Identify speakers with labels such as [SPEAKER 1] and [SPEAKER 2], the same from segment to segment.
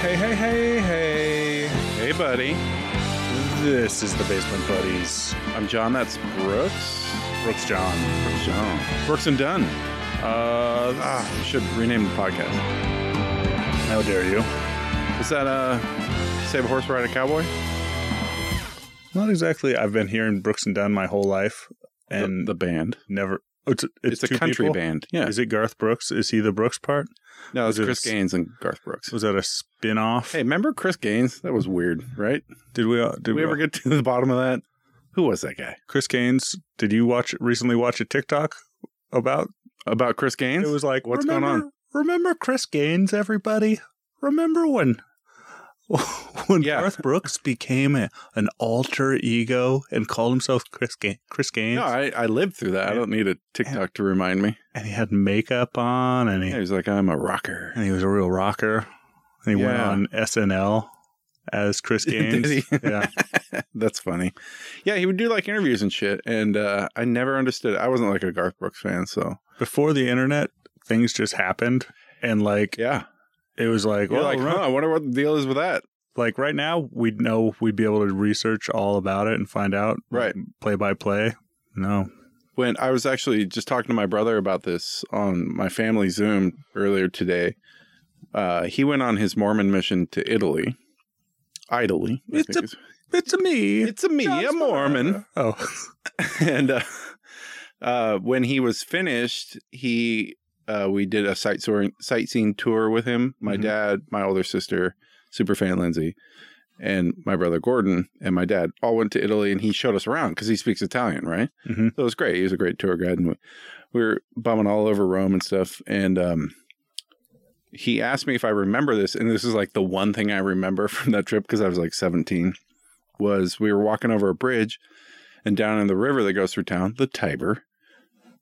[SPEAKER 1] Hey, hey, hey, hey. Hey, buddy. This is the Basement Buddies. I'm John. That's Brooks. Brooks John. Brooks John. Brooks and Dunn. Uh, ah, we should rename the podcast. How dare you? Is that uh, Save a Horse Ride a Cowboy? Not exactly. I've been hearing Brooks and Dunn my whole life and
[SPEAKER 2] the, the band.
[SPEAKER 1] never. oh, It's,
[SPEAKER 2] It's,
[SPEAKER 1] two
[SPEAKER 2] a country
[SPEAKER 1] people?
[SPEAKER 2] band. Yeah.
[SPEAKER 1] Is it Garth Brooks? Is he the Brooks part?
[SPEAKER 2] No, it's
[SPEAKER 1] is it a
[SPEAKER 2] Chris
[SPEAKER 1] s-
[SPEAKER 2] Gaines and Garth Brooks.
[SPEAKER 1] Was that a spin off?
[SPEAKER 2] Hey, remember Chris Gaines? That was weird, right?
[SPEAKER 1] did we all, did
[SPEAKER 2] Did we ever
[SPEAKER 1] all-
[SPEAKER 2] get to the bottom of that? Who was that guy?
[SPEAKER 1] Chris Gaines, did you watch recently watch a TikTok about
[SPEAKER 2] About Chris Gaines?
[SPEAKER 1] it was like
[SPEAKER 2] What's going on?
[SPEAKER 1] "Remember- Remember Chris Gaines, everybody? Remember when when
[SPEAKER 2] Yeah.
[SPEAKER 1] Garth Brooks became a, an alter ego and called himself Chris Ga- Chris Gaines
[SPEAKER 2] no, I, I lived through that. I don't need a TikTok to remind me.
[SPEAKER 1] and he had makeup on and he
[SPEAKER 2] Yeah, he's like, I'm a rocker.
[SPEAKER 1] and he was a real rocker. And he went
[SPEAKER 2] Yeah.
[SPEAKER 1] on SNL as Chris
[SPEAKER 2] Did
[SPEAKER 1] Gaines.
[SPEAKER 2] he?
[SPEAKER 1] Yeah.
[SPEAKER 2] That's funny. Yeah, he would do like interviews and shit. And uh, I never understood. I wasn't like a Garth Brooks fan. So,
[SPEAKER 1] Before the internet, things just happened and like
[SPEAKER 2] yeah.
[SPEAKER 1] it was like,
[SPEAKER 2] You're
[SPEAKER 1] well,
[SPEAKER 2] like,
[SPEAKER 1] remember-
[SPEAKER 2] huh, I wonder what the deal is with that.
[SPEAKER 1] like right now we'd know we'd be able to research all about it and find out
[SPEAKER 2] Right.
[SPEAKER 1] play by play no
[SPEAKER 2] when I was actually just talking to my brother about this on my family Zoom earlier today. Uh, he went on his Mormon mission to Italy. Idly. I
[SPEAKER 1] It's
[SPEAKER 2] think
[SPEAKER 1] a- it's a me
[SPEAKER 2] it's a me, a Mormon.
[SPEAKER 1] oh
[SPEAKER 2] and uh, uh, when he was finished, he uh, we did a sightseeing sightseeing tour with him. My
[SPEAKER 1] Mhm.
[SPEAKER 2] dad, my older sister, super fan Lindsay, and my brother Gordon, and my dad all went to Italy, and he showed us around because he speaks Italian, right?
[SPEAKER 1] Mhm.
[SPEAKER 2] So it was great. He was a great tour guide, and we, we were bumming all over Rome and stuff. And um, he asked me if I remember this, and this is like the one thing I remember from that trip because I was like seventeen. Was we were walking over a bridge, and down in the river that goes through town, the Tiber,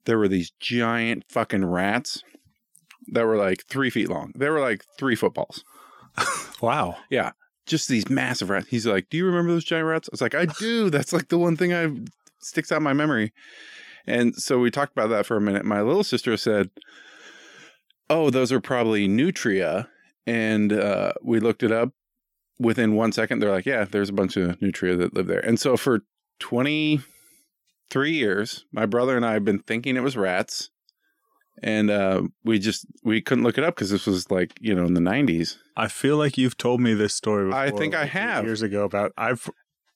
[SPEAKER 2] there were these giant fucking rats that were like three feet long. They were like three footballs.
[SPEAKER 1] wow
[SPEAKER 2] Just these massive rats. He's like, Do you remember those giant rats? I was like, I do. That's like the one thing I sticks out in my memory. And so we talked about that for a minute. My little sister said, Oh, those are probably nutria. And uh, we looked it up within one second. They're like, Yeah, there's a bunch of nutria that live there. And so for 23 years, my brother and I have been thinking it was rats. And uh, we just we couldn't look it up because this was like you know in the 90s.
[SPEAKER 1] i feel like you've told me this story before
[SPEAKER 2] I think I
[SPEAKER 1] like,
[SPEAKER 2] have.
[SPEAKER 1] years ago about i've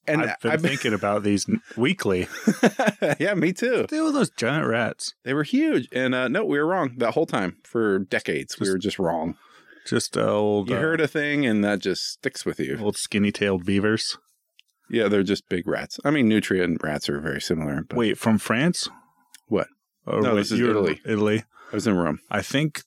[SPEAKER 2] And
[SPEAKER 1] i've been thinking about these weekly
[SPEAKER 2] yeah, me too.
[SPEAKER 1] they were those giant rats
[SPEAKER 2] They were huge, and uh, no, we were wrong that whole time for decades. we
[SPEAKER 1] Just-
[SPEAKER 2] were just wrong.
[SPEAKER 1] just uh, old
[SPEAKER 2] You
[SPEAKER 1] uh,
[SPEAKER 2] heard a thing, and that just sticks with you.
[SPEAKER 1] old skinny-tailed beavers
[SPEAKER 2] Yeah, they're just big rats. I mean, nutria and rats are very similar. But
[SPEAKER 1] wait from france
[SPEAKER 2] What?
[SPEAKER 1] oh,
[SPEAKER 2] No,
[SPEAKER 1] wait,
[SPEAKER 2] this is
[SPEAKER 1] you're-
[SPEAKER 2] Italy.
[SPEAKER 1] italy
[SPEAKER 2] I was in Rome.
[SPEAKER 1] i think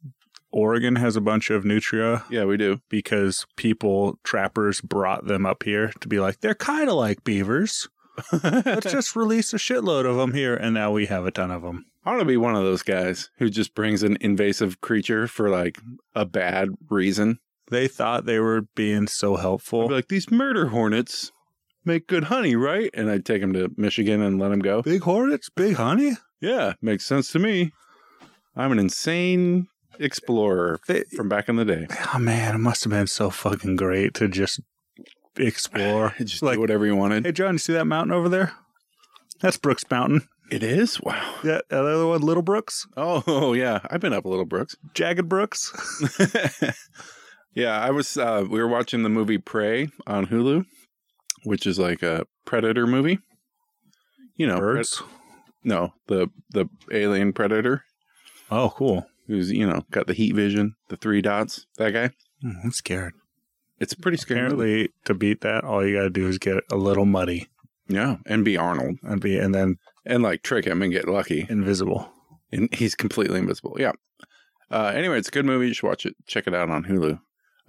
[SPEAKER 1] oregon has a bunch of nutria
[SPEAKER 2] Yeah, we do.
[SPEAKER 1] because people trappers brought them up here to be like they're kind of like beavers. Let's
[SPEAKER 2] I
[SPEAKER 1] just release a shitload of them here, and now we have a ton of them.
[SPEAKER 2] want to be one of those guys who just brings an invasive creature for like a bad reason.
[SPEAKER 1] They thought they were being so
[SPEAKER 2] I'd
[SPEAKER 1] helpful.
[SPEAKER 2] be like these murder hornets make good honey, right? And I'd take them to Michigan and let them go.
[SPEAKER 1] big hornets, big honey.
[SPEAKER 2] Yeah, makes sense to me. I'm an insane explorer
[SPEAKER 1] They,
[SPEAKER 2] from back in the day.
[SPEAKER 1] oh man, it must have been so fucking great to just explore.
[SPEAKER 2] Just
[SPEAKER 1] Like-
[SPEAKER 2] do whatever you wanted.
[SPEAKER 1] hey, John, you see that mountain over there? That's Brooks Mountain.
[SPEAKER 2] it is? Wow.
[SPEAKER 1] Yeah, the other one, Little Brooks,
[SPEAKER 2] Oh, oh, yeah. I've been up a little, Brooks.
[SPEAKER 1] Jagged Brooks.
[SPEAKER 2] yeah, I was, uh, we were watching the movie Prey on Hulu, which is like a predator movie. You know, pred-
[SPEAKER 1] Birds.
[SPEAKER 2] no, the, the alien predator
[SPEAKER 1] Oh, cool.
[SPEAKER 2] who's, you know, got the heat vision, the three dots, that guy.
[SPEAKER 1] Hmm, I'm scared.
[SPEAKER 2] It's a pretty scary. movie.
[SPEAKER 1] Apparently, to beat that, all you gotta do is get a little muddy
[SPEAKER 2] Yeah. And be Arnold
[SPEAKER 1] and be, and then
[SPEAKER 2] and like trick him and get lucky.
[SPEAKER 1] invisible.
[SPEAKER 2] And he's completely invisible. Yeah. Uh, anyway, it's a good movie. You should watch it. Check it out on Hulu.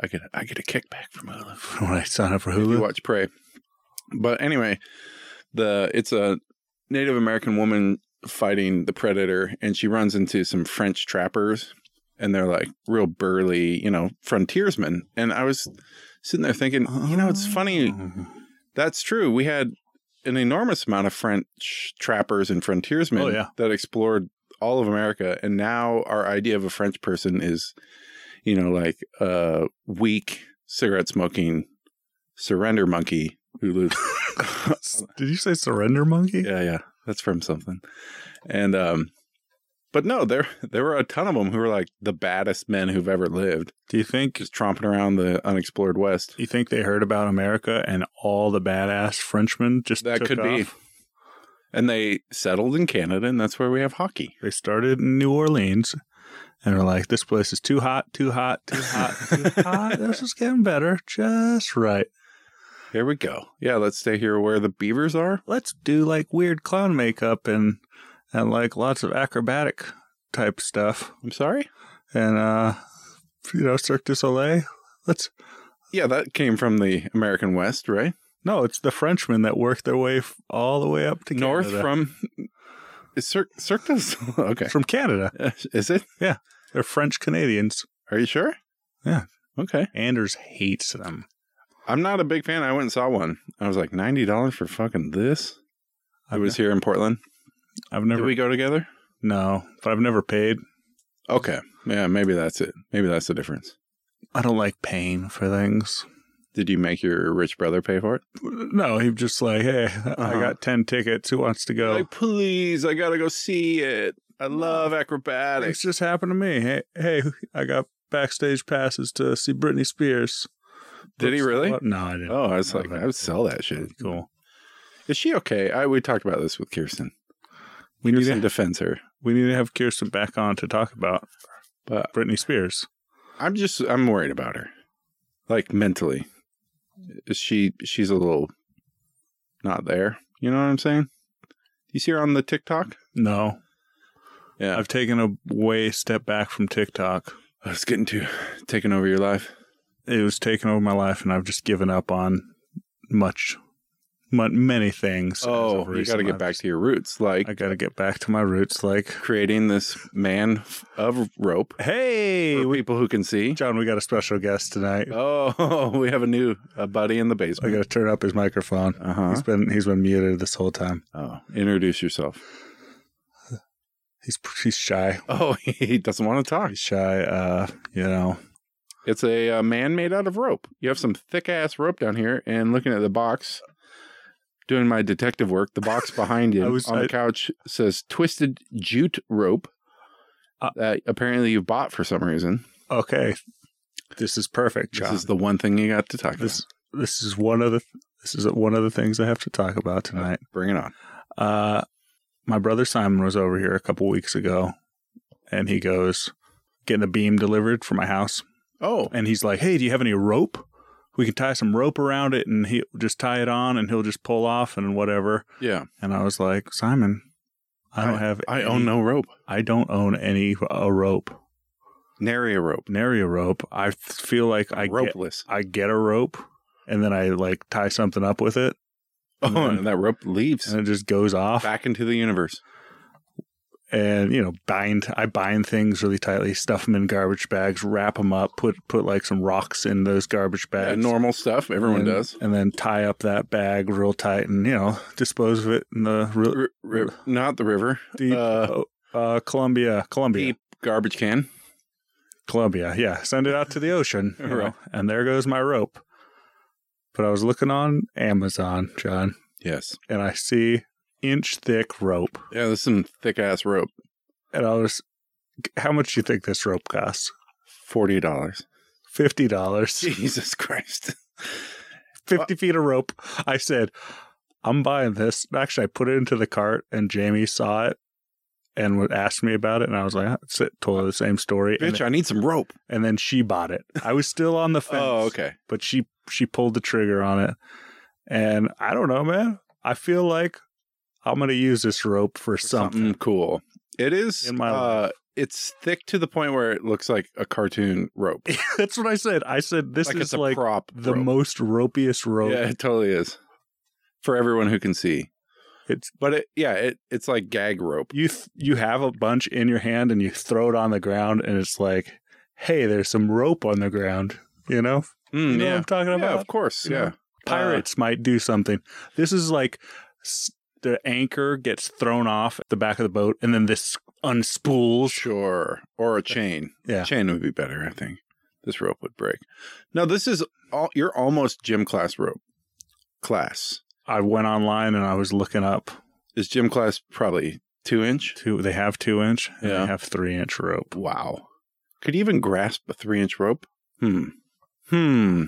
[SPEAKER 2] I get I get a kickback from Hulu.
[SPEAKER 1] When I sign up for
[SPEAKER 2] If you
[SPEAKER 1] Hulu,
[SPEAKER 2] watch Prey. But anyway, the it's a Native American woman fighting the predator, and she runs into some French trappers, and they're like real burly, you know, frontiersmen.
[SPEAKER 1] Hmm.
[SPEAKER 2] And I was sitting there thinking, you know, it's funny. That's true. We had an enormous amount of French trappers and frontiersmen
[SPEAKER 1] Oh, yeah.
[SPEAKER 2] that explored all of America. And now our idea of a French person is, you know, like a weak cigarette smoking surrender monkey who lives.
[SPEAKER 1] Did you say surrender monkey?
[SPEAKER 2] yeah, yeah, that's from something. And, um, but no, there there were a ton of them who were like the baddest men who've ever lived,
[SPEAKER 1] Do you think
[SPEAKER 2] just tromping around the unexplored West.
[SPEAKER 1] you think they heard about America and all the badass Frenchmen just
[SPEAKER 2] That
[SPEAKER 1] took
[SPEAKER 2] could be.
[SPEAKER 1] off?
[SPEAKER 2] And they settled in Canada, and that's where we have hockey.
[SPEAKER 1] They started in New Orleans and were like, "This place is too hot, too hot, too hot, too hot. This is getting better, just right.
[SPEAKER 2] Here we go. Yeah, let's stay here where the beavers are.
[SPEAKER 1] Let's do like weird clown makeup and and like lots of acrobatic type stuff
[SPEAKER 2] I'm sorry.
[SPEAKER 1] and uh, you know, Cirque du Soleil. Let's
[SPEAKER 2] Yeah, that came from the American West, right?
[SPEAKER 1] no, it's the Frenchmen that worked their way f- all the way up to
[SPEAKER 2] North
[SPEAKER 1] Canada.
[SPEAKER 2] from is Cir- Cirque du Soleil- Okay,
[SPEAKER 1] from Canada.
[SPEAKER 2] Uh, is it?
[SPEAKER 1] They're French Canadians.
[SPEAKER 2] Are you sure?
[SPEAKER 1] Yeah.
[SPEAKER 2] Okay.
[SPEAKER 1] Anders hates them.
[SPEAKER 2] I'm not a big fan. I went and saw one. I was like ninety dollars for fucking this. I was here in Portland.
[SPEAKER 1] I've
[SPEAKER 2] Did
[SPEAKER 1] never
[SPEAKER 2] we go together?
[SPEAKER 1] no, but I've never paid.
[SPEAKER 2] Okay. Yeah, maybe that's it. Maybe that's the difference.
[SPEAKER 1] I don't like paying for things.
[SPEAKER 2] Did you make your rich brother pay for it?
[SPEAKER 1] No, he's just like, hey, I
[SPEAKER 2] Uh-huh.
[SPEAKER 1] got ten tickets. Who wants to go?
[SPEAKER 2] Like, please, I gotta go see it. I love acrobatics.
[SPEAKER 1] It's just happened to me. Hey, hey, I got backstage passes to see Britney Spears.
[SPEAKER 2] Did he really?
[SPEAKER 1] No, I didn't.
[SPEAKER 2] Oh, I was like, I would sell that shit.
[SPEAKER 1] Cool.
[SPEAKER 2] Is she okay? I we talked about this with Kirsten.
[SPEAKER 1] We need
[SPEAKER 2] Kirsten
[SPEAKER 1] to,
[SPEAKER 2] defends her,
[SPEAKER 1] we need to have Kirsten back on to talk about
[SPEAKER 2] but
[SPEAKER 1] Britney Spears.
[SPEAKER 2] I'm just I'm worried about her, like mentally. Is she she's a little not there? You know what I'm saying? You see her on the TikTok?
[SPEAKER 1] No,
[SPEAKER 2] Yeah,
[SPEAKER 1] I've taken a way step back from TikTok.
[SPEAKER 2] Oh, it's getting too taking over your life.
[SPEAKER 1] It was taking over my life, and I've just given up on much, mu many things. as of
[SPEAKER 2] oh, you got to
[SPEAKER 1] recent.
[SPEAKER 2] get
[SPEAKER 1] I've
[SPEAKER 2] back to your roots, like
[SPEAKER 1] I got to get back to my roots. Like,
[SPEAKER 2] creating this man f- of rope
[SPEAKER 1] hey,
[SPEAKER 2] for
[SPEAKER 1] we,
[SPEAKER 2] people who can see.
[SPEAKER 1] John, we got a special guest tonight.
[SPEAKER 2] Oh, we have a new a buddy in the
[SPEAKER 1] I got
[SPEAKER 2] basement.
[SPEAKER 1] to turn up his microphone.
[SPEAKER 2] Uh huh.
[SPEAKER 1] He's been he's been muted this whole time.
[SPEAKER 2] Oh, introduce yourself.
[SPEAKER 1] He's he's shy.
[SPEAKER 2] Oh, he doesn't want to talk.
[SPEAKER 1] He's shy. Uh, you know,
[SPEAKER 2] It's a uh, man made out of rope. You have some thick ass rope down here, and looking at the box, doing my detective work, the box behind
[SPEAKER 1] I
[SPEAKER 2] you
[SPEAKER 1] was-
[SPEAKER 2] on the
[SPEAKER 1] I-
[SPEAKER 2] couch says twisted jute rope
[SPEAKER 1] Uh,
[SPEAKER 2] that apparently you bought for some reason.
[SPEAKER 1] okay, this is perfect, John.
[SPEAKER 2] This is the one thing you got to talk about.
[SPEAKER 1] this this is one of the this is one of the things I have to talk about tonight.
[SPEAKER 2] Bring it on.
[SPEAKER 1] Uh, my brother Simon was over here a couple weeks ago, and he goes getting a beam delivered for my house,
[SPEAKER 2] Oh,
[SPEAKER 1] and he's like, "Hey, do you have any rope? We can tie some rope around it, and he just tie it on, and he'll just pull off and whatever."
[SPEAKER 2] yeah.
[SPEAKER 1] And I was like, "Simon, I don't have
[SPEAKER 2] I
[SPEAKER 1] any-
[SPEAKER 2] own no rope,
[SPEAKER 1] I don't own any a rope,
[SPEAKER 2] nary a rope.
[SPEAKER 1] nary a rope. I feel like I get
[SPEAKER 2] Ropeless.
[SPEAKER 1] I get a rope, and then I like tie something up with it, and
[SPEAKER 2] oh,
[SPEAKER 1] then-
[SPEAKER 2] and that rope leaves
[SPEAKER 1] and it just goes off.
[SPEAKER 2] back into the universe.
[SPEAKER 1] and you know bind i bind things really tightly stuff them in garbage bags wrap them up put put like some rocks in those garbage bags
[SPEAKER 2] Yeah, normal stuff everyone
[SPEAKER 1] and,
[SPEAKER 2] does.
[SPEAKER 1] and then tie up that bag real tight and you know dispose of it in the real
[SPEAKER 2] R- r- not the river.
[SPEAKER 1] deep
[SPEAKER 2] Uh,
[SPEAKER 1] oh, uh, columbia columbia
[SPEAKER 2] Deep garbage can.
[SPEAKER 1] columbia yeah send it out to the ocean you know,
[SPEAKER 2] Right.
[SPEAKER 1] and there goes my rope but i was looking on amazon john
[SPEAKER 2] Yes.
[SPEAKER 1] and i see inch thick rope
[SPEAKER 2] Yeah, this is some thick ass rope.
[SPEAKER 1] and i was how much do you think this rope costs
[SPEAKER 2] Forty dollars.
[SPEAKER 1] fifty dollars
[SPEAKER 2] Jesus Christ. uh
[SPEAKER 1] 50 feet of rope. I said, I'm buying this. Actually, I put it into the cart and Jamie saw it and would ask me about it. And I was like, "Ah, it's totally the same story. And,
[SPEAKER 2] Bitch, I need some rope.
[SPEAKER 1] and then she bought it. I was still on the fence,
[SPEAKER 2] Oh, okay.
[SPEAKER 1] but she, she pulled the trigger on it. And I don't know, man. I feel like I'm going to use this rope for, something.
[SPEAKER 2] Something cool. It is
[SPEAKER 1] In my
[SPEAKER 2] uh it's thick to the point where it looks like a cartoon rope.
[SPEAKER 1] That's what I said. I said, this
[SPEAKER 2] like
[SPEAKER 1] is
[SPEAKER 2] it's a
[SPEAKER 1] like
[SPEAKER 2] prop.
[SPEAKER 1] the
[SPEAKER 2] rope.
[SPEAKER 1] most ropiest rope.
[SPEAKER 2] Yeah, it totally is. For everyone who can see.
[SPEAKER 1] It's-
[SPEAKER 2] but it yeah, it it's like gag rope.
[SPEAKER 1] you th- you have a bunch in your hand and you throw it on the ground and it's like hey there's some rope on the ground you know
[SPEAKER 2] Mm,
[SPEAKER 1] you know what
[SPEAKER 2] yeah. uh,
[SPEAKER 1] i'm talking
[SPEAKER 2] Yeah,
[SPEAKER 1] about
[SPEAKER 2] of course.
[SPEAKER 1] You know?
[SPEAKER 2] Yeah.
[SPEAKER 1] pirates might do something this is like s- the anchor gets thrown off at the back of the boat, and then this unspools.
[SPEAKER 2] Sure. Or a chain.
[SPEAKER 1] Yeah.
[SPEAKER 2] Chain would be better, I think. This rope would break. No, this is all you're almost gym class rope. Class.
[SPEAKER 1] I went online and I was looking up.
[SPEAKER 2] Is gym class probably two inch?
[SPEAKER 1] Two, they have two inch. And
[SPEAKER 2] Yeah.
[SPEAKER 1] They have three inch rope.
[SPEAKER 2] Wow. Could you even grasp a three inch rope? Hmm. Hmm.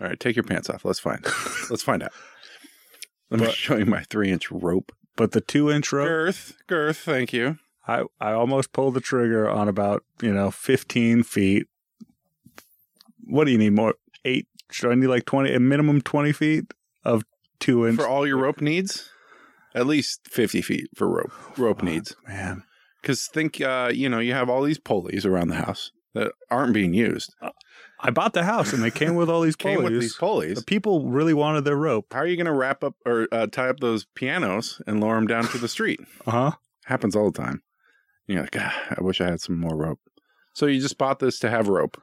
[SPEAKER 2] All right, take your pants off. Let's find. Let's find out. Let me
[SPEAKER 1] But-
[SPEAKER 2] show you my three inch rope.
[SPEAKER 1] But the two inch rope,
[SPEAKER 2] Girth. Girth, thank you.
[SPEAKER 1] I, I almost pulled the trigger on about, you know, 15 feet. What do you need more? Eight? Should I need like 20, a minimum 20 feet of two inch?
[SPEAKER 2] For all your rope needs? At least fifty feet for rope. Rope
[SPEAKER 1] Fuck,
[SPEAKER 2] needs.
[SPEAKER 1] Man.
[SPEAKER 2] Because think, uh, you know, you have all these pulleys around the house that aren't being used.
[SPEAKER 1] I bought the house and they came with all these
[SPEAKER 2] Came
[SPEAKER 1] pulleys.
[SPEAKER 2] with these pulleys.
[SPEAKER 1] The people really wanted their rope.
[SPEAKER 2] How are you going to wrap up or uh, tie up those pianos and lower them down to the street?
[SPEAKER 1] Uh huh.
[SPEAKER 2] Happens all the time. And you're like, ah, I wish I had some more rope. So you just bought this to have rope.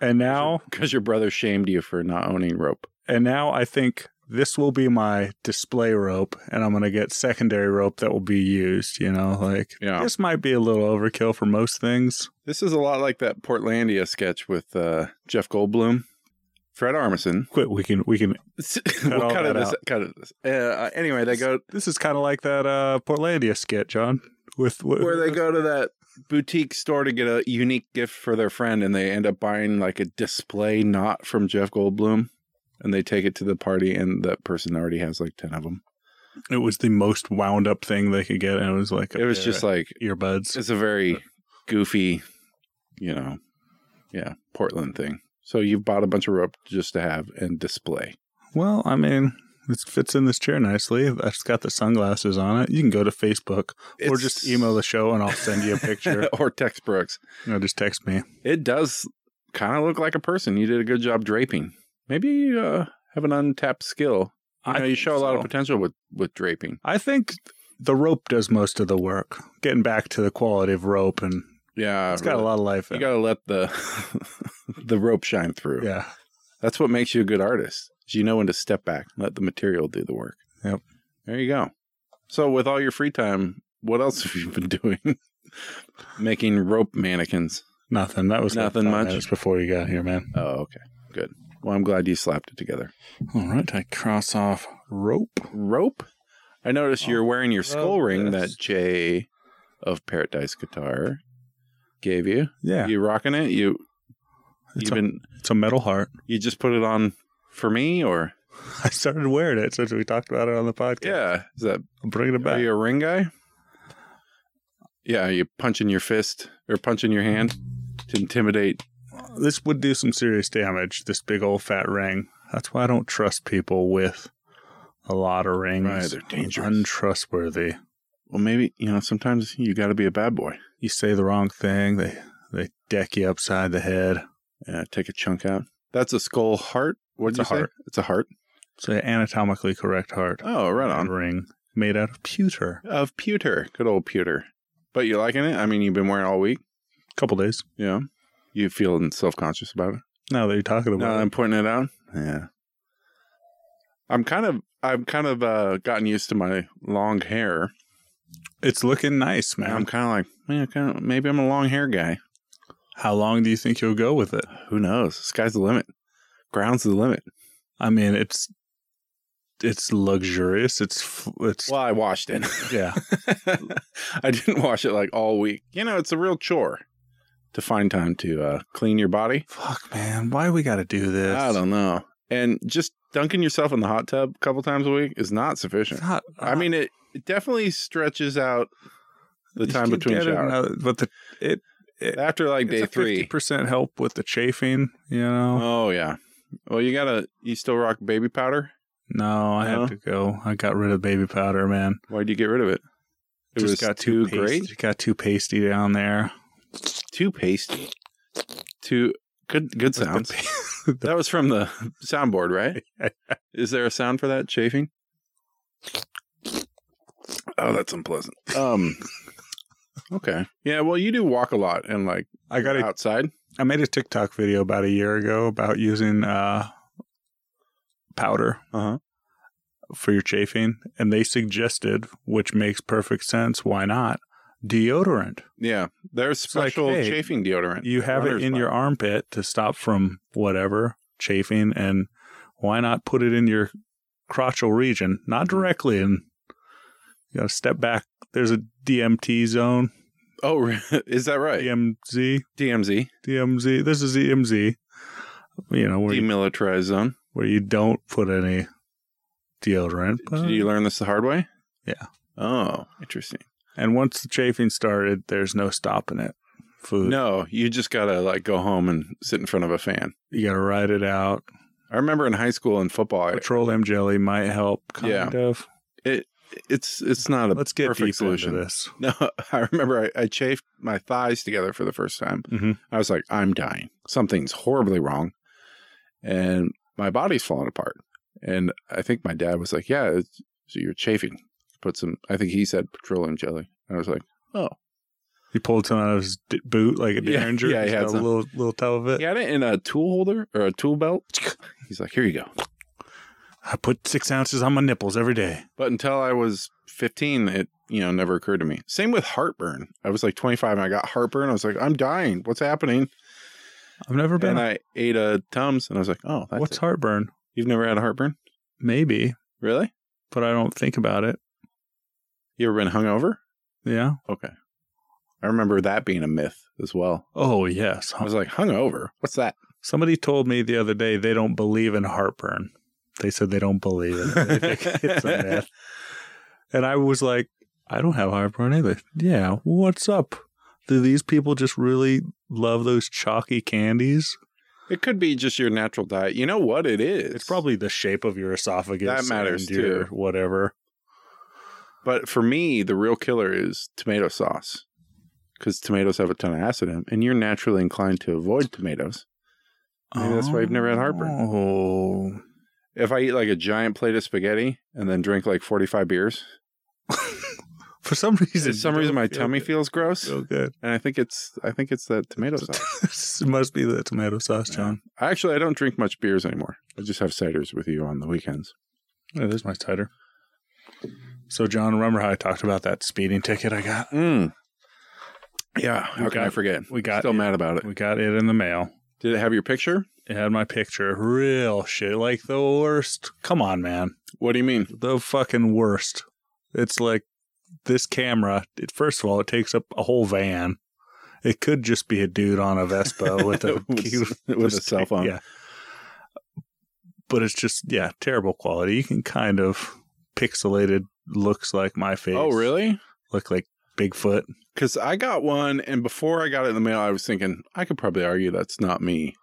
[SPEAKER 1] And now,
[SPEAKER 2] Because your brother shamed you for not owning rope.
[SPEAKER 1] and now I think this will be my display rope and I'm going to get secondary rope that will be used, you know, like
[SPEAKER 2] Yeah.
[SPEAKER 1] this might be a little overkill for most things.
[SPEAKER 2] This is a lot like that Portlandia sketch with uh, Jeff Goldblum, Fred Armisen.
[SPEAKER 1] Quit. We can, we can,
[SPEAKER 2] we'll
[SPEAKER 1] all
[SPEAKER 2] cut it
[SPEAKER 1] that
[SPEAKER 2] this.
[SPEAKER 1] out.
[SPEAKER 2] Cut it this. Uh, uh, anyway, they go
[SPEAKER 1] This is kind of like that uh, Portlandia skit, John. With with-
[SPEAKER 2] where they go to that boutique store to get a unique gift for their friend and they end up buying like a display knot from Jeff Goldblum and they take it to the party and that person already has like 10 of them.
[SPEAKER 1] It was the most wound up thing they could get, and it was like
[SPEAKER 2] It was just like
[SPEAKER 1] earbuds.
[SPEAKER 2] it's a very goofy, you know, yeah, Portland thing. So you've bought a bunch of rope just to have and display.
[SPEAKER 1] Well, I mean, it fits in this chair nicely. It's got the sunglasses on it. You can go to Facebook or
[SPEAKER 2] It's-
[SPEAKER 1] just email the show, and I'll send you a picture.
[SPEAKER 2] or Tex Brooks.
[SPEAKER 1] no, just text me.
[SPEAKER 2] It does kind of look like a person. You did a good job draping. Maybe you uh, have an untapped skill. You, know, you
[SPEAKER 1] think
[SPEAKER 2] show a lot of
[SPEAKER 1] so.
[SPEAKER 2] potential with with draping.
[SPEAKER 1] I think the rope does most of the work. Getting back to the quality of rope, and
[SPEAKER 2] Yeah,
[SPEAKER 1] it's got a lot of life.
[SPEAKER 2] You
[SPEAKER 1] In
[SPEAKER 2] gotta let the the rope shine
[SPEAKER 1] it.
[SPEAKER 2] through.
[SPEAKER 1] Yeah,
[SPEAKER 2] that's what makes you a good artist. Is you know when to step back, let the material do the work.
[SPEAKER 1] Yep.
[SPEAKER 2] There you go. So with all your free time, what else have you been doing? Making rope mannequins.
[SPEAKER 1] nothing. That was like
[SPEAKER 2] Nothing
[SPEAKER 1] five
[SPEAKER 2] much.
[SPEAKER 1] minutes before you got here, man.
[SPEAKER 2] Oh, okay, good. Well, I'm glad you slapped it together.
[SPEAKER 1] All right, I cross off rope.
[SPEAKER 2] Rope. I notice you're wearing your
[SPEAKER 1] Love
[SPEAKER 2] skull ring
[SPEAKER 1] this.
[SPEAKER 2] that Jay of Paradise Guitar gave you.
[SPEAKER 1] Yeah,
[SPEAKER 2] You rocking it? You
[SPEAKER 1] It's
[SPEAKER 2] you've
[SPEAKER 1] a-
[SPEAKER 2] been
[SPEAKER 1] it's a metal heart.
[SPEAKER 2] you just put it on for me or
[SPEAKER 1] I started wearing it since we talked about it on the podcast.
[SPEAKER 2] yeah is that
[SPEAKER 1] I'm bringing it
[SPEAKER 2] Are
[SPEAKER 1] back.
[SPEAKER 2] you a ring guy? Yeah, you punch in your fist or punch in your hand to intimidate.
[SPEAKER 1] This would do some serious damage. This big old fat ring. That's why I don't trust people with a lot of rings.
[SPEAKER 2] Right, they're dangerous.
[SPEAKER 1] untrustworthy.
[SPEAKER 2] Well, maybe you know. Sometimes you got to be a bad boy.
[SPEAKER 1] You say the wrong thing, they they deck you upside the head.
[SPEAKER 2] Yeah, take a chunk out. That's a skull heart. What's
[SPEAKER 1] It's a heart.
[SPEAKER 2] It's a heart.
[SPEAKER 1] It's an anatomically correct heart
[SPEAKER 2] Oh, right on.
[SPEAKER 1] ring made out of pewter.
[SPEAKER 2] Of pewter, good old pewter. But you liking it? I mean, you've been wearing it all week.
[SPEAKER 1] Couple days.
[SPEAKER 2] Yeah, you feeling self conscious about it?
[SPEAKER 1] Now that you're talking
[SPEAKER 2] Now
[SPEAKER 1] about
[SPEAKER 2] that
[SPEAKER 1] it.
[SPEAKER 2] I'm pointing it out. Yeah. I'm kind of, I've kind of uh, gotten used to my long hair.
[SPEAKER 1] it's looking nice,
[SPEAKER 2] Now I'm
[SPEAKER 1] man.
[SPEAKER 2] kind of like, man, kind of, maybe I'm a long hair guy.
[SPEAKER 1] How long do you think you'll go with it?
[SPEAKER 2] who knows? Sky's the limit. Ground's the limit.
[SPEAKER 1] I mean, it's it's luxurious. It's f- it's
[SPEAKER 2] Well, I washed it.
[SPEAKER 1] yeah.
[SPEAKER 2] I didn't wash it like all week. You know, it's a real chore to find time to uh, clean your body.
[SPEAKER 1] Fuck, man. Why we got to do this?
[SPEAKER 2] I don't know. And just dunking yourself in the hot tub a couple times a week is not
[SPEAKER 1] It's
[SPEAKER 2] sufficient.
[SPEAKER 1] not-
[SPEAKER 2] I mean, it, it definitely stretches out the
[SPEAKER 1] you
[SPEAKER 2] time
[SPEAKER 1] can
[SPEAKER 2] between
[SPEAKER 1] get it
[SPEAKER 2] showers.
[SPEAKER 1] another- but the
[SPEAKER 2] After like day three.
[SPEAKER 1] percent help with the chafing. You know,
[SPEAKER 2] Oh, yeah. Well, you gotta, you still rock baby powder?
[SPEAKER 1] no, I
[SPEAKER 2] No?
[SPEAKER 1] had to go. I got rid of baby powder, man.
[SPEAKER 2] Why'd you get rid of it? It
[SPEAKER 1] Just
[SPEAKER 2] was
[SPEAKER 1] got
[SPEAKER 2] too
[SPEAKER 1] pasty-
[SPEAKER 2] great?
[SPEAKER 1] Got too pasty down there.
[SPEAKER 2] too pasty. Too good. Good sounds. that was from the soundboard, right? Is there a sound for that chafing? Oh, that's unpleasant. Um. Okay. Yeah. Well, you do walk a lot and like
[SPEAKER 1] I got a,
[SPEAKER 2] outside.
[SPEAKER 1] I made a TikTok video about a year ago about using uh powder.
[SPEAKER 2] Uh huh.
[SPEAKER 1] for your chafing, and they suggested, which makes perfect sense. Why not deodorant?
[SPEAKER 2] Yeah, there's
[SPEAKER 1] like,
[SPEAKER 2] special
[SPEAKER 1] hey,
[SPEAKER 2] chafing deodorant.
[SPEAKER 1] You have it
[SPEAKER 2] Runner's
[SPEAKER 1] in
[SPEAKER 2] Bite.
[SPEAKER 1] your armpit to stop from whatever chafing, and why not put it in your crotchal region? Not directly, and you got to step back. There's a DMT zone,
[SPEAKER 2] Oh, re- is that right?
[SPEAKER 1] DMZ,
[SPEAKER 2] DMZ,
[SPEAKER 1] DMZ. This is DMZ. You know where you,
[SPEAKER 2] demilitarized zone.
[SPEAKER 1] where you don't put any deodorant. but-
[SPEAKER 2] Did you learn this the hard way?
[SPEAKER 1] Uh, Yeah.
[SPEAKER 2] Oh, interesting.
[SPEAKER 1] and once the chafing started, there's no stopping it. Food.
[SPEAKER 2] No, you just gotta like go home and sit in front of a fan.
[SPEAKER 1] You got to ride it out.
[SPEAKER 2] I remember in high school in football, I,
[SPEAKER 1] Petroleum jelly might help, kind
[SPEAKER 2] Yeah.
[SPEAKER 1] of.
[SPEAKER 2] it's it's not a
[SPEAKER 1] Let's get
[SPEAKER 2] perfect
[SPEAKER 1] deep
[SPEAKER 2] solution.
[SPEAKER 1] into this.
[SPEAKER 2] No, I remember I, I chafed my thighs together for the first time.
[SPEAKER 1] Mhm.
[SPEAKER 2] I was like, I'm dying. Something's horribly wrong. And my body's falling apart. And I think my dad was like, Yeah, it's, so you're chafing. Put some, I think he said petroleum jelly. And I was like,
[SPEAKER 1] He pulled some out of his d- boot like a
[SPEAKER 2] Yeah,
[SPEAKER 1] derringer.
[SPEAKER 2] yeah, he
[SPEAKER 1] He's
[SPEAKER 2] had
[SPEAKER 1] got a
[SPEAKER 2] some.
[SPEAKER 1] little little toe of it.
[SPEAKER 2] He had it in a tool holder or a tool belt. He's like, Here you go.
[SPEAKER 1] I put six ounces on my nipples every day.
[SPEAKER 2] But until I was 15, it, you know, never occurred to me. Same with heartburn. I was like 25 and I got heartburn. I was like, I'm dying. What's happening?
[SPEAKER 1] I've never been.
[SPEAKER 2] And I ate a Tums and I was like, Oh, that's
[SPEAKER 1] What's
[SPEAKER 2] it.
[SPEAKER 1] heartburn?
[SPEAKER 2] You've never had a heartburn?
[SPEAKER 1] Maybe,
[SPEAKER 2] Really?
[SPEAKER 1] but I don't think about it.
[SPEAKER 2] You ever been hungover?
[SPEAKER 1] Yeah.
[SPEAKER 2] Okay. I remember that being a myth as well.
[SPEAKER 1] Oh yes.
[SPEAKER 2] I was like, hungover? What's that?
[SPEAKER 1] Somebody told me the other day they don't believe in heartburn. They said they don't believe in it. They think it's a myth. And I was like, I don't have heartburn either. Yeah. What's up? Do these people just really love those chalky candies?
[SPEAKER 2] It could be just your natural diet. You know what it is.
[SPEAKER 1] It's probably the shape of your esophagus.
[SPEAKER 2] That matters,
[SPEAKER 1] and
[SPEAKER 2] too.
[SPEAKER 1] your Whatever.
[SPEAKER 2] But for me, the real killer is tomato sauce because tomatoes have a ton of acid in them, and you're naturally inclined to avoid tomatoes. Maybe that's why you've never had heartburn.
[SPEAKER 1] Oh.
[SPEAKER 2] If I eat like a giant plate of spaghetti and then drink like 45 beers,
[SPEAKER 1] For some reason,
[SPEAKER 2] for some reason my tummy
[SPEAKER 1] feels
[SPEAKER 2] feels gross,
[SPEAKER 1] so good.
[SPEAKER 2] and I think it's I think it's that tomato sauce.
[SPEAKER 1] it must be the tomato sauce, John.
[SPEAKER 2] Actually, I don't drink much beers anymore. I just have ciders with you on the weekends.
[SPEAKER 1] Yeah, there's my cider. So, John, remember how I talked about that speeding ticket I got?
[SPEAKER 2] Mm. Yeah, how can
[SPEAKER 1] We Hmm. got-
[SPEAKER 2] I forget?
[SPEAKER 1] We got
[SPEAKER 2] Still mad about it.
[SPEAKER 1] we got it in the mail.
[SPEAKER 2] Did it have your picture?
[SPEAKER 1] It had my picture. Real shit, like the worst. Come on, man,
[SPEAKER 2] What do you mean?
[SPEAKER 1] the fucking worst. It's like this camera. It, first of all, it takes up a whole van. It could just be a dude on a Vespa with a cute
[SPEAKER 2] with a
[SPEAKER 1] Just
[SPEAKER 2] cell
[SPEAKER 1] take-
[SPEAKER 2] phone.
[SPEAKER 1] Yeah. But it's just yeah, terrible quality. You can kind of pixelated looks like my face.
[SPEAKER 2] Oh, really?
[SPEAKER 1] Look like Bigfoot.
[SPEAKER 2] Because I got one, and before I got it in the mail, I was thinking I could probably argue that's not me.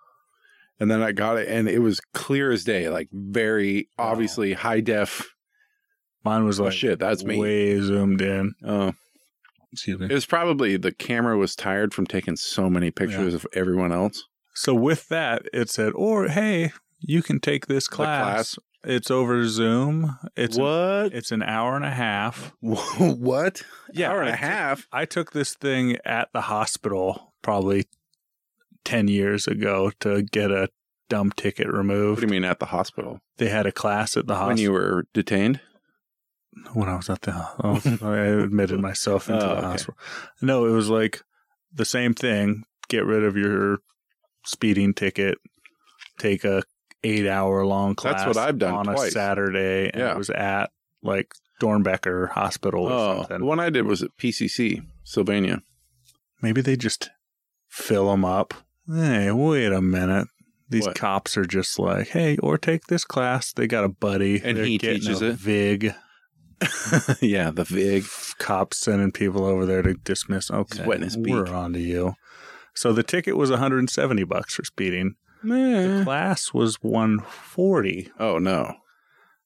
[SPEAKER 2] And then I got it, and it was clear as day, like very
[SPEAKER 1] Wow.
[SPEAKER 2] obviously high def.
[SPEAKER 1] Mine was
[SPEAKER 2] Oh
[SPEAKER 1] like
[SPEAKER 2] shit, that's me.
[SPEAKER 1] way zoomed in.
[SPEAKER 2] Oh,
[SPEAKER 1] Excuse
[SPEAKER 2] it
[SPEAKER 1] me.
[SPEAKER 2] was probably the camera was tired from taking so many pictures of everyone else.
[SPEAKER 1] So with that, it said, "Or hey, you can take this class. It's over Zoom. It's an-
[SPEAKER 2] what?
[SPEAKER 1] it's an hour and a half."
[SPEAKER 2] Whoa, what?
[SPEAKER 1] Yeah,
[SPEAKER 2] hour and
[SPEAKER 1] I
[SPEAKER 2] a
[SPEAKER 1] took-
[SPEAKER 2] half.
[SPEAKER 1] I took this thing at the hospital probably ten years ago to get a dumb ticket
[SPEAKER 2] What do
[SPEAKER 1] removed.
[SPEAKER 2] you mean at the hospital?
[SPEAKER 1] They had a class at the
[SPEAKER 2] When
[SPEAKER 1] hospital.
[SPEAKER 2] you were detained?
[SPEAKER 1] when I was at the oh, I admitted myself into
[SPEAKER 2] Oh,
[SPEAKER 1] the
[SPEAKER 2] okay.
[SPEAKER 1] hospital. No, it was like the same thing. Get rid of your speeding ticket. Take a eight hour long class.
[SPEAKER 2] That's what I've done
[SPEAKER 1] on a
[SPEAKER 2] twice.
[SPEAKER 1] Saturday. And
[SPEAKER 2] Yeah.
[SPEAKER 1] it was at like Dornbecker Hospital or
[SPEAKER 2] Oh, the
[SPEAKER 1] something.
[SPEAKER 2] one I did was at PCC, Sylvania.
[SPEAKER 1] Maybe they just fill them up. Hey, wait a minute. These
[SPEAKER 2] What?
[SPEAKER 1] cops are just like, hey, or take this class. They got a buddy,
[SPEAKER 2] And
[SPEAKER 1] They're
[SPEAKER 2] he
[SPEAKER 1] getting
[SPEAKER 2] teaches
[SPEAKER 1] a
[SPEAKER 2] it.
[SPEAKER 1] Vig.
[SPEAKER 2] yeah, the VIG.
[SPEAKER 1] cops sending people over there to dismiss. Okay,
[SPEAKER 2] He's wetting his beak.
[SPEAKER 1] we're on to you. So the ticket was 170 bucks for speeding.
[SPEAKER 2] Mm.
[SPEAKER 1] The class was 140,
[SPEAKER 2] Oh no.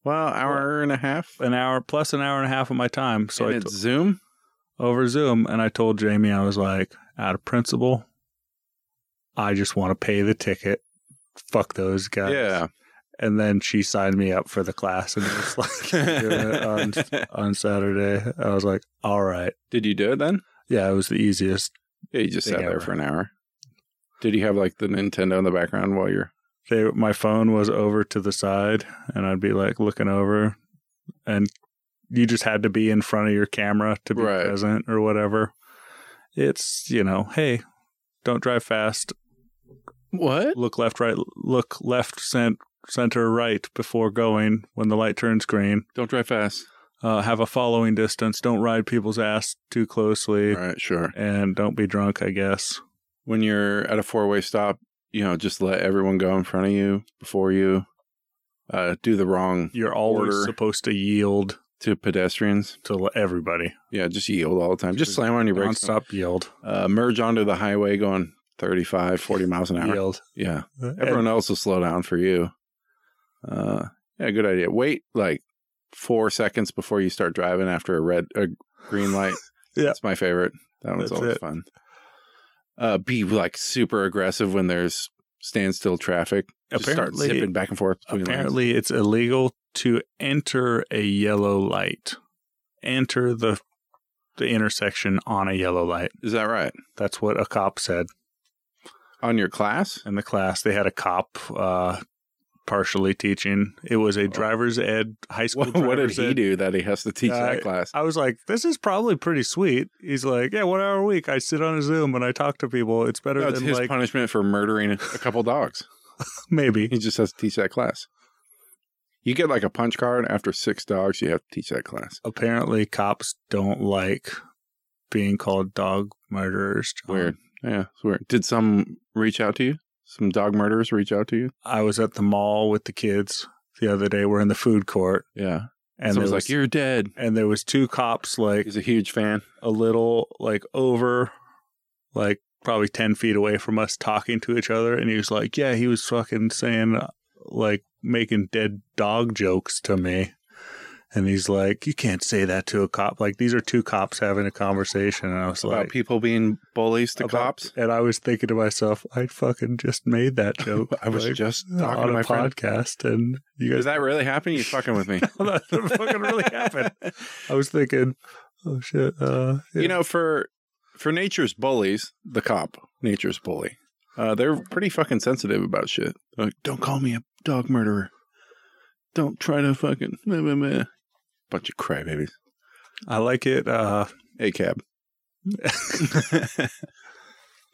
[SPEAKER 2] Well, hour and a half.
[SPEAKER 1] an hour plus an hour and a half of my time. So
[SPEAKER 2] So
[SPEAKER 1] I
[SPEAKER 2] and
[SPEAKER 1] t-
[SPEAKER 2] it's Zoom.
[SPEAKER 1] over Zoom, and I told Jamie I was like, out of principle, I just want to pay the ticket. Fuck those guys.
[SPEAKER 2] Yeah.
[SPEAKER 1] And then she signed me up for the class, and it was like doing it on on Saturday. I was like, all right,
[SPEAKER 2] Did you do it then?
[SPEAKER 1] yeah, it was the easiest.
[SPEAKER 2] Yeah, you just
[SPEAKER 1] Thing
[SPEAKER 2] sat there
[SPEAKER 1] ever.
[SPEAKER 2] for an hour. Did you have like the Nintendo in the background while you're?
[SPEAKER 1] they my phone was over to the side and I'd be like looking over and you just had to be in front of your camera to be
[SPEAKER 2] Right.
[SPEAKER 1] present or whatever. It's, you know, hey, don't drive fast.
[SPEAKER 2] What?
[SPEAKER 1] Look left, right, look left, cent, center, right before going when the light turns green.
[SPEAKER 2] Don't drive fast.
[SPEAKER 1] Uh, have a following distance. Don't ride people's ass too closely.
[SPEAKER 2] All right, sure.
[SPEAKER 1] And don't be drunk, I guess.
[SPEAKER 2] When you're at a four way stop, you know, just let everyone go in front of you before you uh, do the wrong
[SPEAKER 1] You're always
[SPEAKER 2] Order.
[SPEAKER 1] supposed to yield
[SPEAKER 2] to pedestrians.
[SPEAKER 1] to l- everybody.
[SPEAKER 2] Yeah, just yield all the time. Just slam on your brakes.
[SPEAKER 1] Nonstop yield.
[SPEAKER 2] Uh, merge onto the highway going 35, 40 miles an hour.
[SPEAKER 1] Yield.
[SPEAKER 2] Yeah. Everyone else will slow down for you. Uh, yeah, good idea. Wait like four seconds before you start driving after a red, a green light.
[SPEAKER 1] Yeah.
[SPEAKER 2] that's my favorite. That one's
[SPEAKER 1] That's
[SPEAKER 2] always
[SPEAKER 1] it.
[SPEAKER 2] fun. Uh, be like super aggressive when there's standstill traffic. Just
[SPEAKER 1] Apparently-
[SPEAKER 2] start zipping back and forth. between lanes.
[SPEAKER 1] Apparently, it's illegal to enter a yellow light. Enter the the intersection on a yellow light.
[SPEAKER 2] is that right?
[SPEAKER 1] That's what a cop said
[SPEAKER 2] On your class?
[SPEAKER 1] in the class. They had a cop uh, partially teaching. It was a driver's ed high school.
[SPEAKER 2] Oh. What, what did
[SPEAKER 1] driver's
[SPEAKER 2] he
[SPEAKER 1] ed.
[SPEAKER 2] do that he has to teach
[SPEAKER 1] Uh,
[SPEAKER 2] that class?
[SPEAKER 1] I was like, this is probably pretty sweet. He's like, yeah, one hour a week. I sit on a Zoom and I talk to people. It's better
[SPEAKER 2] That's
[SPEAKER 1] than
[SPEAKER 2] his
[SPEAKER 1] like
[SPEAKER 2] punishment for murdering a couple dogs.
[SPEAKER 1] maybe.
[SPEAKER 2] He just has to teach that class. You get like a punch card after six dogs, you have to teach that class.
[SPEAKER 1] Apparently, cops don't like being called dog murderers. John.
[SPEAKER 2] Weird. Yeah, it's weird. Did some reach out to you? Some dog murderers reach out to you?
[SPEAKER 1] I was at the mall with the kids the other day. We're in the food court,
[SPEAKER 2] Yeah.
[SPEAKER 1] and
[SPEAKER 2] And
[SPEAKER 1] there
[SPEAKER 2] was
[SPEAKER 1] was
[SPEAKER 2] like, You're dead.
[SPEAKER 1] and there was two cops, like
[SPEAKER 2] He's a huge fan.
[SPEAKER 1] a little like over, like probably ten feet away from us, talking to each other. And he was like, "Yeah, he was fucking saying uh, like making dead dog jokes to me." And he's like, "You can't say that to a cop." Like these are two cops having a conversation, and I was
[SPEAKER 2] about
[SPEAKER 1] like,
[SPEAKER 2] people being bullies to
[SPEAKER 1] about-
[SPEAKER 2] cops.
[SPEAKER 1] And I was thinking to myself, "I fucking just made that joke."
[SPEAKER 2] I was
[SPEAKER 1] like,
[SPEAKER 2] just talking
[SPEAKER 1] on
[SPEAKER 2] to
[SPEAKER 1] a
[SPEAKER 2] my friend.
[SPEAKER 1] podcast, and you guys
[SPEAKER 2] Does that really happen? You fucking with me.
[SPEAKER 1] Well, that fucking really happened. I was thinking, oh shit. Uh, yeah.
[SPEAKER 2] You know, for for nature's bullies, the cop, nature's bully, uh, they're pretty fucking sensitive about shit. They're like, don't call me a dog murderer. Don't try to fucking meh, meh, meh." bunch of crybabies.
[SPEAKER 1] I like it. Uh,
[SPEAKER 2] Hey, cab.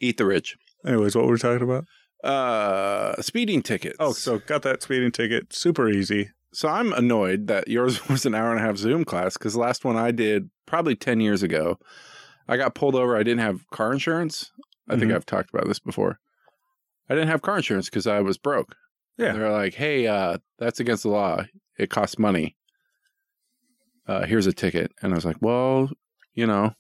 [SPEAKER 2] Eat the rich.
[SPEAKER 1] anyways, what were we talking about?
[SPEAKER 2] Uh, speeding tickets.
[SPEAKER 1] Oh, so got that speeding ticket. Super easy.
[SPEAKER 2] so I'm annoyed that yours was an hour and a half Zoom class because the last one I did probably 10 years ago, I got pulled over. I didn't have car insurance. I think
[SPEAKER 1] Mhm.
[SPEAKER 2] I've talked about this before. I didn't have car insurance because I was broke.
[SPEAKER 1] Yeah.
[SPEAKER 2] They're like, hey, uh, that's against the law. It costs money. Uh, here's a ticket. And I was like, well, you know,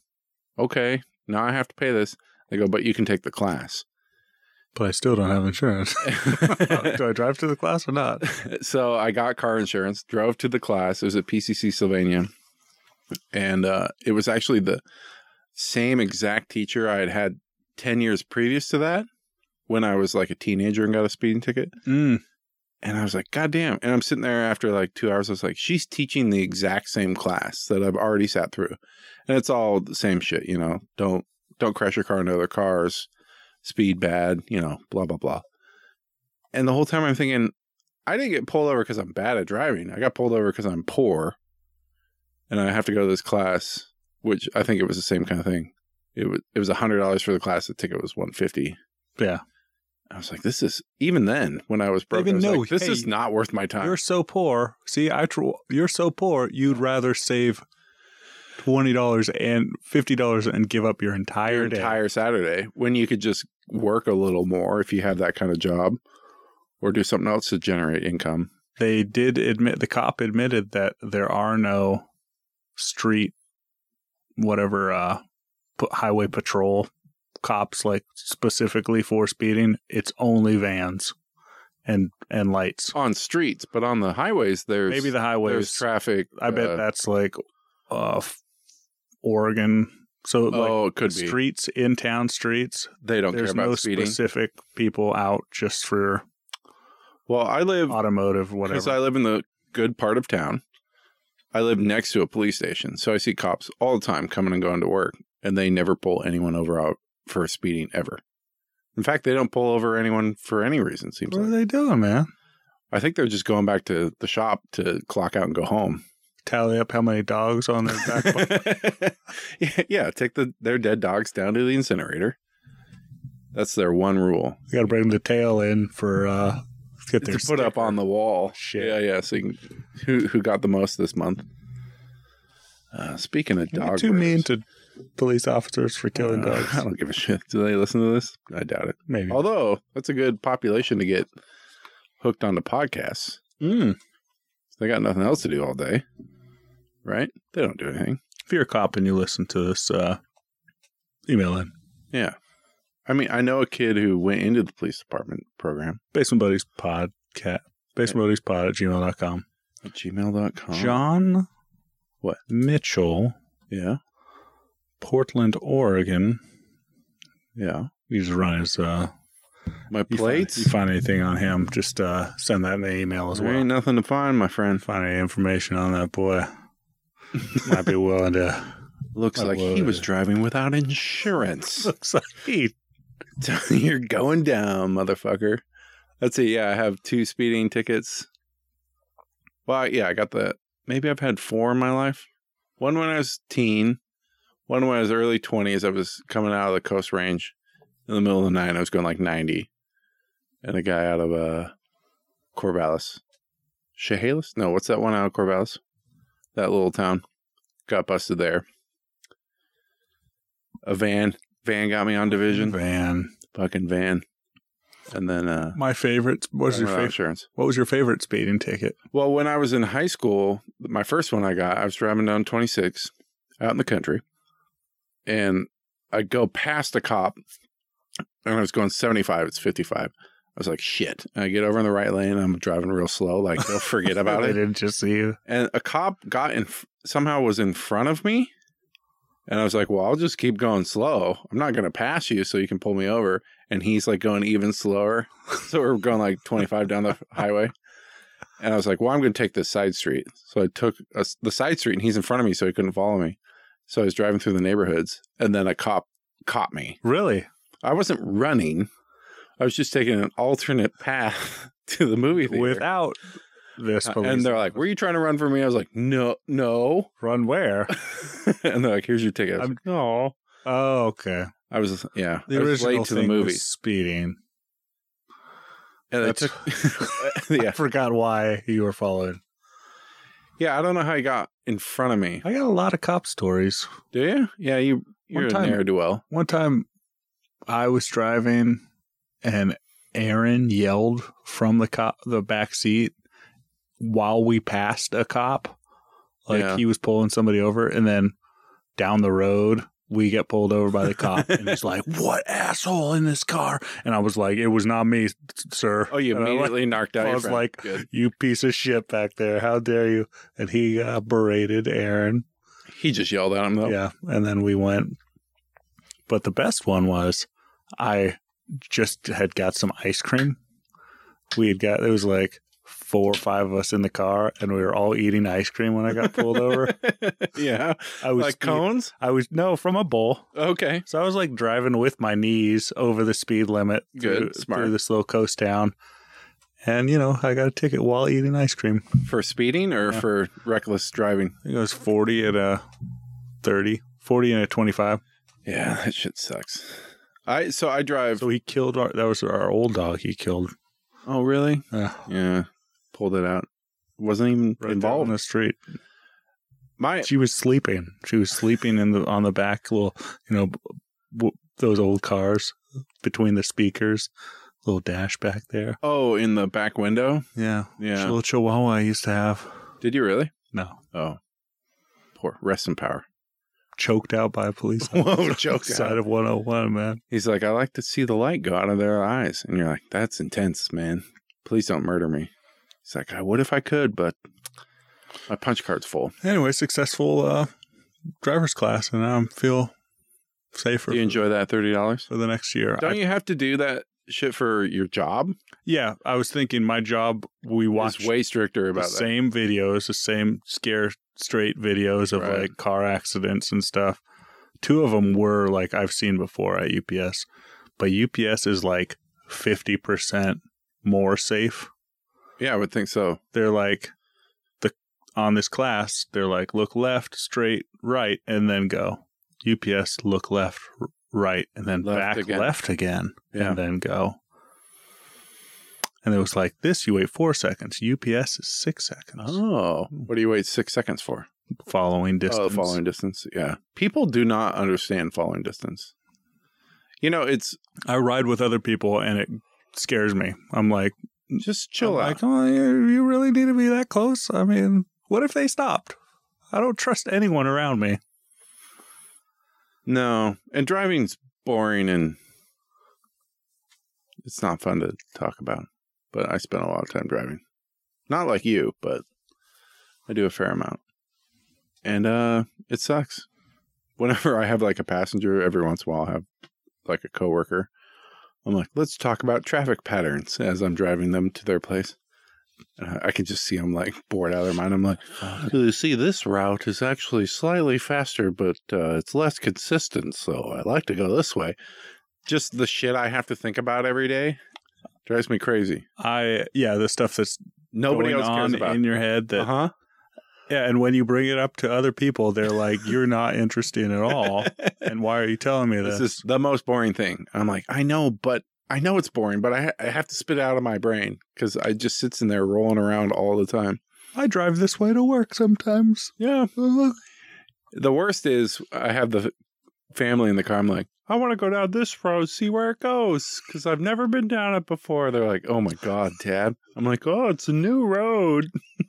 [SPEAKER 2] okay. Now I have to pay this. They go, but you can take the class.
[SPEAKER 1] But I still don't have insurance. Do I drive to the class or not?
[SPEAKER 2] so I got car insurance, drove to the class. It was at PCC Sylvania, and uh, it was actually the same exact teacher I had had ten years previous to that when I was like a teenager and got a speeding ticket.
[SPEAKER 1] Mm.
[SPEAKER 2] And I was like, God damn! And I'm sitting there after like two hours. I was like, she's teaching the exact same class that I've already sat through, and it's all the same shit. You know, don't don't crash your car into other cars, speed bad. You know, blah blah blah. And the whole time I'm thinking, I didn't get pulled over because I'm bad at driving. I got pulled over because I'm poor, and I have to go to this class, which I think it was the same kind of thing. It was it was hundred dollars for the class. The ticket was one fifty.
[SPEAKER 1] Yeah.
[SPEAKER 2] I was like, this is even then when I was broke. I
[SPEAKER 1] Even
[SPEAKER 2] was
[SPEAKER 1] though,
[SPEAKER 2] like, this
[SPEAKER 1] hey,
[SPEAKER 2] is not worth my time.
[SPEAKER 1] You're so poor. See, I tr- you're so poor. You'd rather save twenty dollars and fifty dollars and give up your entire
[SPEAKER 2] your
[SPEAKER 1] day.
[SPEAKER 2] entire Saturday when you could just work a little more if you have that kind of job or do something else to generate income.
[SPEAKER 1] they did admit the cop admitted that there are no street whatever uh p- highway patrol cops like specifically for speeding it's only vans and and lights
[SPEAKER 2] On streets, but on the highways there's
[SPEAKER 1] maybe the
[SPEAKER 2] there's
[SPEAKER 1] highways
[SPEAKER 2] traffic.
[SPEAKER 1] i bet
[SPEAKER 2] uh,
[SPEAKER 1] that's like uh f- oregon so like
[SPEAKER 2] oh, it could be.
[SPEAKER 1] streets in town streets
[SPEAKER 2] they don't care
[SPEAKER 1] there's
[SPEAKER 2] about
[SPEAKER 1] no
[SPEAKER 2] speeding.
[SPEAKER 1] specific people out just for
[SPEAKER 2] well, I live
[SPEAKER 1] automotive
[SPEAKER 2] because
[SPEAKER 1] whatever
[SPEAKER 2] I live in the good part of town. I live next to a police station, so I see cops all the time coming and going to work, and they never pull anyone over out for speeding ever. In fact, they don't pull over anyone for any reason. Seems
[SPEAKER 1] what are
[SPEAKER 2] like
[SPEAKER 1] they doing man
[SPEAKER 2] I think they're just going back to the shop to clock out and go home.
[SPEAKER 1] tally up how many dogs on their back. bu-
[SPEAKER 2] yeah, yeah, take the their dead dogs down to the incinerator. That's their one rule.
[SPEAKER 1] you got to bring the tail in for uh, get
[SPEAKER 2] To
[SPEAKER 1] their
[SPEAKER 2] put up
[SPEAKER 1] sticker.
[SPEAKER 2] on the wall.
[SPEAKER 1] Shit.
[SPEAKER 2] Yeah, yeah. So you can, who who got the most this month? Uh, speaking of
[SPEAKER 1] You're
[SPEAKER 2] dog,
[SPEAKER 1] too
[SPEAKER 2] murders-
[SPEAKER 1] mean to police officers for killing
[SPEAKER 2] Uh, I
[SPEAKER 1] dogs. Mm.
[SPEAKER 2] don't give a shit. Do they listen to this? I doubt it.
[SPEAKER 1] Maybe.
[SPEAKER 2] Although that's a good population to get hooked onto podcasts.
[SPEAKER 1] Hmm.
[SPEAKER 2] Mm. They got nothing else to do all day, right? They don't do anything.
[SPEAKER 1] If you're a cop and you listen to this, uh, email in.
[SPEAKER 2] Yeah, I mean, I know a kid who went into the police department program
[SPEAKER 1] Basement Buddies Podcast. Basement Buddies Pod at gmail.com.
[SPEAKER 2] at gmail.com.
[SPEAKER 1] John
[SPEAKER 2] What?
[SPEAKER 1] Mitchell,
[SPEAKER 2] Yeah,
[SPEAKER 1] Portland, Oregon.
[SPEAKER 2] yeah.
[SPEAKER 1] You just run his uh
[SPEAKER 2] My
[SPEAKER 1] you
[SPEAKER 2] plates.
[SPEAKER 1] Find, you find anything on him, just uh send that in the email as
[SPEAKER 2] there
[SPEAKER 1] well.
[SPEAKER 2] ain't nothing to find, my friend.
[SPEAKER 1] Find any information on that boy. Might be willing to
[SPEAKER 2] Looks
[SPEAKER 1] My
[SPEAKER 2] like he
[SPEAKER 1] word.
[SPEAKER 2] was driving without insurance.
[SPEAKER 1] looks like he
[SPEAKER 2] You're going down, motherfucker. Let's see. Yeah, I have two speeding tickets. Well, yeah, I got the. Maybe I've had four in my life. One when I was teen. One when I was early twenties. I was coming out of the Coast Range in the middle of the night. I was going like ninety, and a guy out of uh, Corvallis, Chehalis. No, what's that one out of Corvallis? That little town got busted there. A van, van got me on division
[SPEAKER 1] Van.
[SPEAKER 2] fucking van. And then uh
[SPEAKER 1] My favorite what was your
[SPEAKER 2] I don't know,
[SPEAKER 1] favorite
[SPEAKER 2] insurance.
[SPEAKER 1] what was your favorite speeding ticket?
[SPEAKER 2] Well, when I was in high school, my first one I got, I was driving down 26 out in the country. And I go past a cop and I was going 75, it's 55. I was like, shit. And I get over in the right lane. I'm driving real slow. Like, they'll forget about
[SPEAKER 1] I
[SPEAKER 2] it.
[SPEAKER 1] didn't just see you.
[SPEAKER 2] And a cop got in, somehow was in front of me. And I was like, well, I'll just keep going slow. I'm not going to pass you so you can pull me over. And he's like going even slower. so we're going like 25 down the highway. And I was like, well, I'm going to take the side street. So I took a, the side street and he's in front of me so he couldn't follow me. So I was driving through the neighborhoods and then a cop caught me.
[SPEAKER 1] Really?
[SPEAKER 2] I wasn't running, I was just taking an alternate path to the movie theater.
[SPEAKER 1] Without this
[SPEAKER 2] Uh,
[SPEAKER 1] police.
[SPEAKER 2] and they're like, were you trying to run from me? I was like, no, no.
[SPEAKER 1] run where?
[SPEAKER 2] and they're like, here's your ticket. I was,
[SPEAKER 1] I'm- Oh, okay.
[SPEAKER 2] I was yeah,
[SPEAKER 1] The
[SPEAKER 2] I was
[SPEAKER 1] original
[SPEAKER 2] late to the
[SPEAKER 1] thing
[SPEAKER 2] movie.
[SPEAKER 1] was speeding.
[SPEAKER 2] and they
[SPEAKER 1] That's-
[SPEAKER 2] took,
[SPEAKER 1] I
[SPEAKER 2] yeah,
[SPEAKER 1] forgot why you were following.
[SPEAKER 2] yeah. I don't know how he got in front of me.
[SPEAKER 1] I got a lot of cop stories.
[SPEAKER 2] Do you? Yeah, you. You're a
[SPEAKER 1] time-
[SPEAKER 2] ne'er do well.
[SPEAKER 1] One time I was driving and Aaron yelled from the cop the back seat while we passed a cop. Like
[SPEAKER 2] Yeah.
[SPEAKER 1] he was pulling somebody over and then down the road we get pulled over by the cop and he's like, What asshole in this car? And I was like, It was not me, s- sir.
[SPEAKER 2] Oh, you
[SPEAKER 1] And I, like,
[SPEAKER 2] immediately knocked out.
[SPEAKER 1] I
[SPEAKER 2] your
[SPEAKER 1] was
[SPEAKER 2] friend.
[SPEAKER 1] like-
[SPEAKER 2] Good.
[SPEAKER 1] you piece of shit back there. How dare you? And he got berated Aaron.
[SPEAKER 2] he just yelled at him though.
[SPEAKER 1] Yeah. And then we went. But the best one was I just had got some ice cream. We had got, there was like four or five of us in the car and we were all eating ice cream when I got pulled over.
[SPEAKER 2] yeah,
[SPEAKER 1] I was,
[SPEAKER 2] like cones.
[SPEAKER 1] I was, no, from a bowl.
[SPEAKER 2] Okay,
[SPEAKER 1] So I was like driving with my knees over the speed limit
[SPEAKER 2] Good,
[SPEAKER 1] through,
[SPEAKER 2] smart.
[SPEAKER 1] through this little coast town. And, you know, I got a ticket while eating ice cream.
[SPEAKER 2] for speeding or
[SPEAKER 1] Yeah.
[SPEAKER 2] for reckless driving.
[SPEAKER 1] I think it was 40 at a 30, 40 and a 25.
[SPEAKER 2] Yeah, that shit sucks. I so I drive.
[SPEAKER 1] So he killed our, that was our old dog he killed.
[SPEAKER 2] oh really?
[SPEAKER 1] Uh,
[SPEAKER 2] Yeah, pulled it out. Wasn't even
[SPEAKER 1] right down
[SPEAKER 2] involved.
[SPEAKER 1] in the street.
[SPEAKER 2] My
[SPEAKER 1] She was sleeping. She was sleeping in the on the back little, you know, w- those old cars between the speakers, little dash back there.
[SPEAKER 2] oh, in the back window.
[SPEAKER 1] Yeah. She-
[SPEAKER 2] Yeah.
[SPEAKER 1] Little chihuahua I used to have.
[SPEAKER 2] Did you really?
[SPEAKER 1] No.
[SPEAKER 2] Oh, poor rest in power.
[SPEAKER 1] Choked out by a police.
[SPEAKER 2] Whoa,
[SPEAKER 1] Side of 101, man.
[SPEAKER 2] He's like, I like to see the light go out of their eyes, and you're like, that's intense, man. Please don't murder me. He's like, I would if I could, but my punch card's full.
[SPEAKER 1] Anyway, successful uh, driver's class, and I feel safer
[SPEAKER 2] Do you enjoy that thirty dollars?
[SPEAKER 1] for the next year. I
[SPEAKER 2] Don't you have to do that shit for your job?
[SPEAKER 1] Yeah, I was thinking my job. We watched
[SPEAKER 2] It's way stricter
[SPEAKER 1] the
[SPEAKER 2] about that.
[SPEAKER 1] same videos, the same scare straight videos of
[SPEAKER 2] Right.
[SPEAKER 1] like car accidents and stuff. Two of them were like I've seen before at UPS, but UPS is like fifty percent more safe.
[SPEAKER 2] Yeah, I would think so.
[SPEAKER 1] They're like the on this class, they're like, look left, straight, right, and then go. UPS, look left, r- right, and then
[SPEAKER 2] Left
[SPEAKER 1] back
[SPEAKER 2] again.
[SPEAKER 1] left again,
[SPEAKER 2] Yeah.
[SPEAKER 1] and then go. And it was like, this you wait four seconds. UPS is six seconds.
[SPEAKER 2] Oh, what do you wait six seconds for?
[SPEAKER 1] Following distance.
[SPEAKER 2] Oh, following distance. Yeah. People do not understand following distance. You know, it's
[SPEAKER 1] I ride with other people and it scares me. I'm like,
[SPEAKER 2] just chill
[SPEAKER 1] I'm
[SPEAKER 2] out.
[SPEAKER 1] Like, oh, you you really need to be that close? I mean, what if they stopped? I don't trust anyone around me.
[SPEAKER 2] No, and driving's boring and it's not fun to talk about. But I spend a lot of time driving. Not like you, but I do a fair amount. And uh it sucks. Whenever I have like a passenger, every once in a while I'll have like a coworker. I'm like, let's talk about traffic patterns as I'm driving them to their place. And I- I can just see them like bored out of their mind. I'm like, you Uh, see, this route is actually slightly faster, but uh, it's less consistent. So I like to go this way. Just the shit I have to think about every day drives me crazy.
[SPEAKER 1] I yeah, the stuff that's
[SPEAKER 2] Nobody
[SPEAKER 1] going
[SPEAKER 2] else cares
[SPEAKER 1] on
[SPEAKER 2] about.
[SPEAKER 1] in your head that
[SPEAKER 2] uh huh.
[SPEAKER 1] yeah, and when you bring it up to other people, they're like, "You're not interesting at all." and why are you telling me this?
[SPEAKER 2] This is the most boring thing. I'm like, I know, but I know it's boring, but I, ha- I have to spit it out of my brain because I just sits in there rolling around all the time.
[SPEAKER 1] I drive this way to work sometimes.
[SPEAKER 2] Yeah. The worst is I have the family in the car. I'm like, I want to go down this road, see where it goes, because I've never been down it before. They're like, Oh my god, Dad. I'm like, Oh, it's a new road.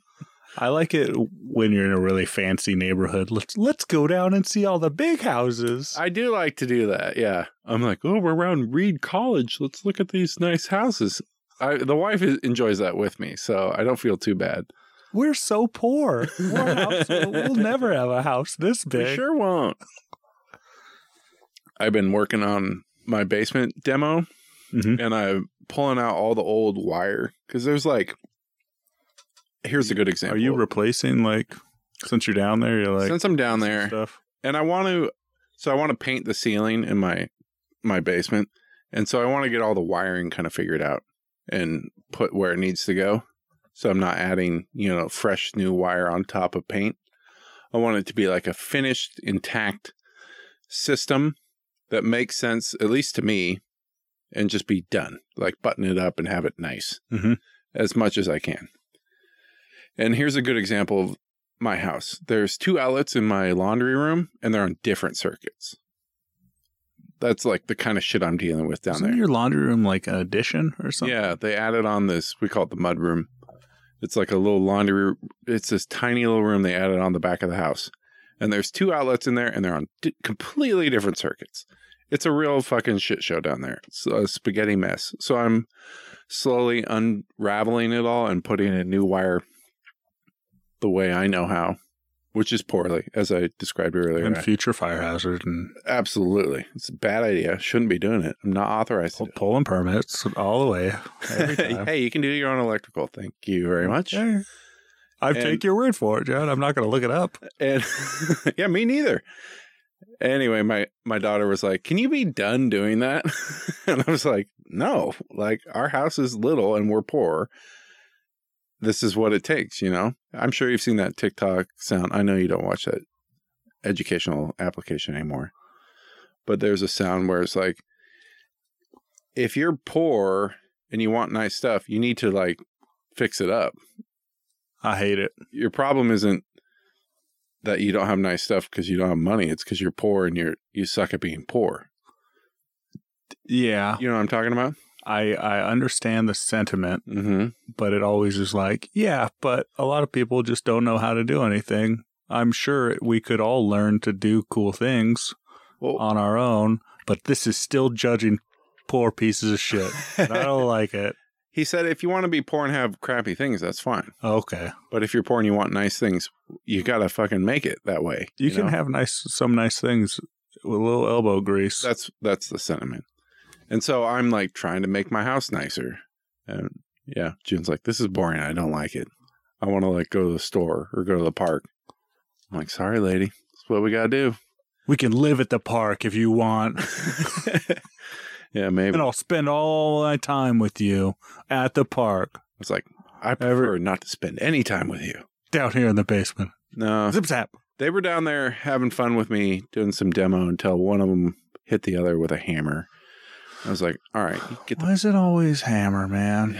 [SPEAKER 1] I like it when you're in a really fancy neighborhood. Let's let's go down and see all the big houses.
[SPEAKER 2] I do like to do that. Yeah. I'm like, Oh, we're around Reed College. Let's look at these nice houses. I, the wife is, enjoys that with me, so I don't feel too bad.
[SPEAKER 1] We're so poor. We're house- we'll never have a house this
[SPEAKER 2] We
[SPEAKER 1] big.
[SPEAKER 2] sure won't. I've been working on my basement demo
[SPEAKER 1] Mhm.
[SPEAKER 2] and I'm pulling out all the old wire because there's like, here's a good example.
[SPEAKER 1] Are you replacing like since you're down there? You're like
[SPEAKER 2] Since I'm down
[SPEAKER 1] some
[SPEAKER 2] there,
[SPEAKER 1] Stuff.
[SPEAKER 2] and I want to, so I want to paint the ceiling in my my basement, and so I want to get all the wiring kind of figured out and put where it needs to go. So I'm not adding, you know, fresh new wire on top of paint. I want it to be like a finished, intact system that makes sense, at least to me, and just be done. Like button it up and have it nice
[SPEAKER 1] Mhm.
[SPEAKER 2] as much as I can. And here's a good example of my house. There's two outlets in my laundry room, and they're on different circuits. That's like the kind of shit I'm dealing with down
[SPEAKER 1] Isn't
[SPEAKER 2] there.
[SPEAKER 1] your laundry room like an addition or something?
[SPEAKER 2] Yeah, they added on this. We call it the mud room. It's like a little laundry. It's this tiny little room they added on the back of the house, and there's two outlets in there, and they're on di- completely different circuits. It's a real fucking shit show down there. It's a spaghetti mess. So I'm slowly unraveling it all and putting in new wire the way I know how, which is poorly, as I described earlier.
[SPEAKER 1] And future fire hazard and
[SPEAKER 2] Absolutely, it's a bad idea. Shouldn't be doing it. I'm not authorized. to
[SPEAKER 1] pull, pulling permits all the way. Every time.
[SPEAKER 2] hey, you can do your own electrical. Thank you very much.
[SPEAKER 1] Yeah. I
[SPEAKER 2] And-
[SPEAKER 1] take your word for it, John. I'm not going to look it up.
[SPEAKER 2] And yeah, me neither. Anyway, my my daughter was like, "Can you be done doing that?" and I was like, "No. Like our house is little and we're poor. This is what it takes, you know." I'm sure you've seen that TikTok sound. I know you don't watch that educational application anymore. But there's a sound where it's like if you're poor and you want nice stuff, you need to like fix it up
[SPEAKER 1] I hate it.
[SPEAKER 2] your problem isn't that you don't have nice stuff because you don't have money. It's because you're poor and you're you suck at being poor.
[SPEAKER 1] Yeah,
[SPEAKER 2] You know what I'm talking about?
[SPEAKER 1] I I understand the sentiment,
[SPEAKER 2] Mm-hmm.
[SPEAKER 1] but it always is like, yeah, but a lot of people just don't know how to do anything. I'm sure we could all learn to do cool things
[SPEAKER 2] Well,
[SPEAKER 1] on our own, but this is still judging poor pieces of shit. And I don't like it.
[SPEAKER 2] he said if you want to be poor and have crappy things, that's fine.
[SPEAKER 1] Okay.
[SPEAKER 2] But if you're poor and you want nice things, you gotta fucking make it that way.
[SPEAKER 1] You, can
[SPEAKER 2] know?
[SPEAKER 1] have nice some nice things with a little elbow grease.
[SPEAKER 2] that's that's the sentiment. And so I'm like trying to make my house nicer. And yeah, June's like, this is boring. I don't like it. I want to like go to the store or go to the park. I'm like, sorry, lady. That's what we gotta do.
[SPEAKER 1] we can live at the park if you want,
[SPEAKER 2] yeah, maybe.
[SPEAKER 1] and I'll spend all my time with you at the park.
[SPEAKER 2] It's like, I
[SPEAKER 1] Ever-
[SPEAKER 2] prefer not to spend any time with you.
[SPEAKER 1] down here in the basement.
[SPEAKER 2] No,
[SPEAKER 1] Zip zap.
[SPEAKER 2] they were down there having fun with me doing some demo until one of them hit the other with a hammer. I was like, all right, get the.
[SPEAKER 1] Why is it always hammer, man?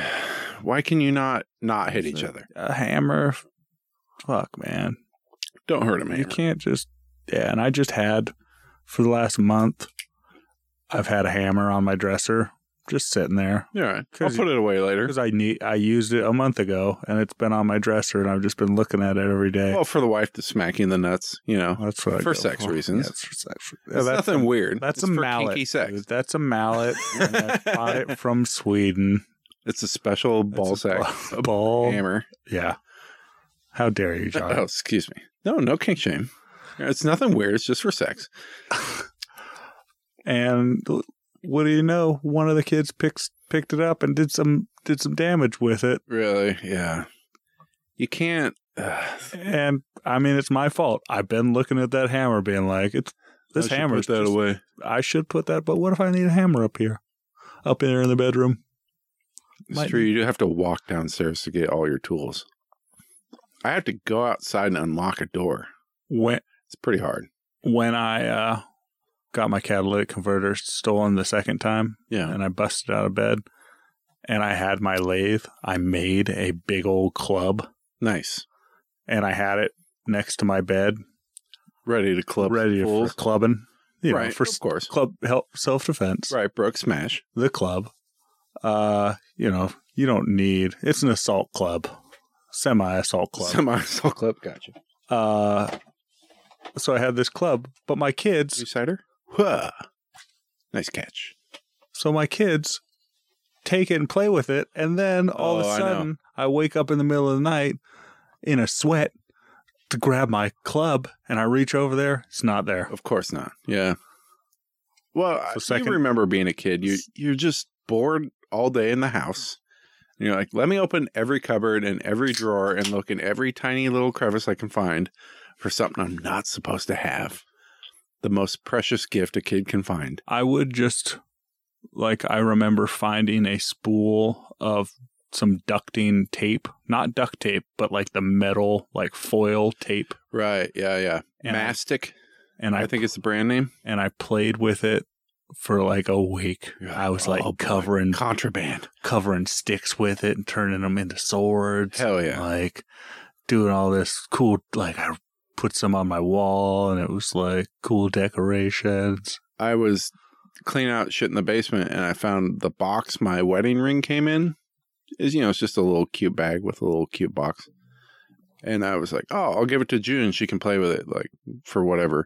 [SPEAKER 2] Why can you not not hit each other?
[SPEAKER 1] A hammer. Fuck, man.
[SPEAKER 2] Don't hurt him,
[SPEAKER 1] You
[SPEAKER 2] hammer.
[SPEAKER 1] can't just. Yeah, and I just had for the last month. I've had a hammer on my dresser, just sitting there
[SPEAKER 2] All right, I'll
[SPEAKER 1] 'Cause-
[SPEAKER 2] put it away later.
[SPEAKER 1] because I need. I used it a month ago, and it's been on my dresser, and I've just been looking at it every day.
[SPEAKER 2] Well, for the wife to smack you in the nuts, you know,
[SPEAKER 1] that's what I
[SPEAKER 2] for
[SPEAKER 1] go
[SPEAKER 2] sex
[SPEAKER 1] for.
[SPEAKER 2] reasons.
[SPEAKER 1] Yeah, it's for sex. Yeah,
[SPEAKER 2] it's
[SPEAKER 1] that's
[SPEAKER 2] nothing
[SPEAKER 1] a-
[SPEAKER 2] weird.
[SPEAKER 1] That's
[SPEAKER 2] It's
[SPEAKER 1] a
[SPEAKER 2] for
[SPEAKER 1] mallet.
[SPEAKER 2] Kinky sex.
[SPEAKER 1] dude. That's a mallet. and I bought it from Sweden.
[SPEAKER 2] It's a special ball
[SPEAKER 1] It's a
[SPEAKER 2] sack
[SPEAKER 1] ball- Ball.
[SPEAKER 2] hammer.
[SPEAKER 1] Yeah. How dare you, John?
[SPEAKER 2] Oh, excuse me. No, no kink shame. It's nothing weird. It's just for sex.
[SPEAKER 1] and what do you know? One of the kids picks picked it up and did some did some damage with it.
[SPEAKER 2] Really? Yeah. You can't. Uh,
[SPEAKER 1] And I mean, it's my fault. I've been looking at that hammer, being like, "It's this hammer."
[SPEAKER 2] Put that away.
[SPEAKER 1] I should put that. But what if I need a hammer up here, up there in the bedroom?
[SPEAKER 2] It's
[SPEAKER 1] Might-
[SPEAKER 2] true. You do have to walk downstairs to get all your tools. I have to go outside and unlock a door.
[SPEAKER 1] When
[SPEAKER 2] It's pretty hard.
[SPEAKER 1] when I uh, got my catalytic converter stolen the second time,
[SPEAKER 2] Yeah.
[SPEAKER 1] and I busted out of bed, and I had my lathe, I made a big old club,
[SPEAKER 2] Nice.
[SPEAKER 1] and I had it next to my bed,
[SPEAKER 2] Ready to club.
[SPEAKER 1] ready for
[SPEAKER 2] fools.
[SPEAKER 1] clubbing. You
[SPEAKER 2] right.
[SPEAKER 1] know, for
[SPEAKER 2] of course.
[SPEAKER 1] club help self defense.
[SPEAKER 2] Right, Brooke. Smash.
[SPEAKER 1] The club, uh, you know, you don't need. It's an assault club, semi assault club.
[SPEAKER 2] Semi assault club. Gotcha.
[SPEAKER 1] uh, so I had this club, but my kids,
[SPEAKER 2] You cider? Huh. Nice catch.
[SPEAKER 1] so my kids take it and play with it, and then all of
[SPEAKER 2] Oh,
[SPEAKER 1] a
[SPEAKER 2] I know.
[SPEAKER 1] sudden I, wake up in the middle of the night in a sweat to grab my club, and I reach over there. It's not there.
[SPEAKER 2] Of course not. Yeah. Well, I-
[SPEAKER 1] second-
[SPEAKER 2] you remember being a kid. You you're just bored all day in the house. And you're like, let me open every cupboard and every drawer and look in every tiny little crevice I can find for something I'm not supposed to have. The most precious gift a kid can find.
[SPEAKER 1] I would just like I remember finding a spool of some ducting tape, not duct tape, but like the metal like foil tape.
[SPEAKER 2] Right. Yeah. Yeah.
[SPEAKER 1] And I-
[SPEAKER 2] Mastic.
[SPEAKER 1] and I,
[SPEAKER 2] I think it's the brand name.
[SPEAKER 1] and I played with it for like a week.
[SPEAKER 2] You're like,
[SPEAKER 1] I was like
[SPEAKER 2] "Oh, boy."
[SPEAKER 1] covering
[SPEAKER 2] Contraband.
[SPEAKER 1] covering sticks with it and turning them into swords.
[SPEAKER 2] Hell yeah.
[SPEAKER 1] Like doing all this cool like I put some on my wall and it was like cool decorations.
[SPEAKER 2] I was cleaning out shit in the basement and I found the box my wedding ring came in. Is you know, it's just a little cute bag with a little cute box. And I was like, "Oh, I'll give it to June. She can play with it like for whatever."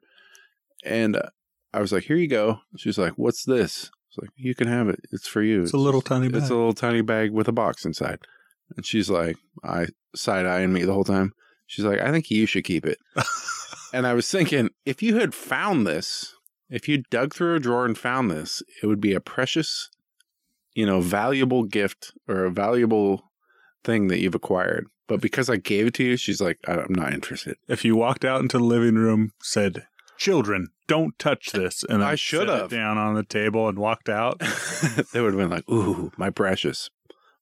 [SPEAKER 2] And uh, I was like, "Here you go." She's like, "What's this?" It's like, "You can have it. It's for you.
[SPEAKER 1] It's a little tiny bit.
[SPEAKER 2] It's a little tiny bag with a box inside." And she's like, I side eyeing me the whole time. She's like, I think you should keep it. and I was thinking, if you had found this, if you dug through a drawer and found this, it would be a precious, you know, valuable gift or a valuable thing that you've acquired. But because I gave it to you, she's like, I- I'm not interested.
[SPEAKER 1] if you walked out into the living room, said, "Children, don't touch this," and then
[SPEAKER 2] I should
[SPEAKER 1] set it
[SPEAKER 2] have.
[SPEAKER 1] down on the table and walked out.
[SPEAKER 2] they would have been like, Ooh, my precious.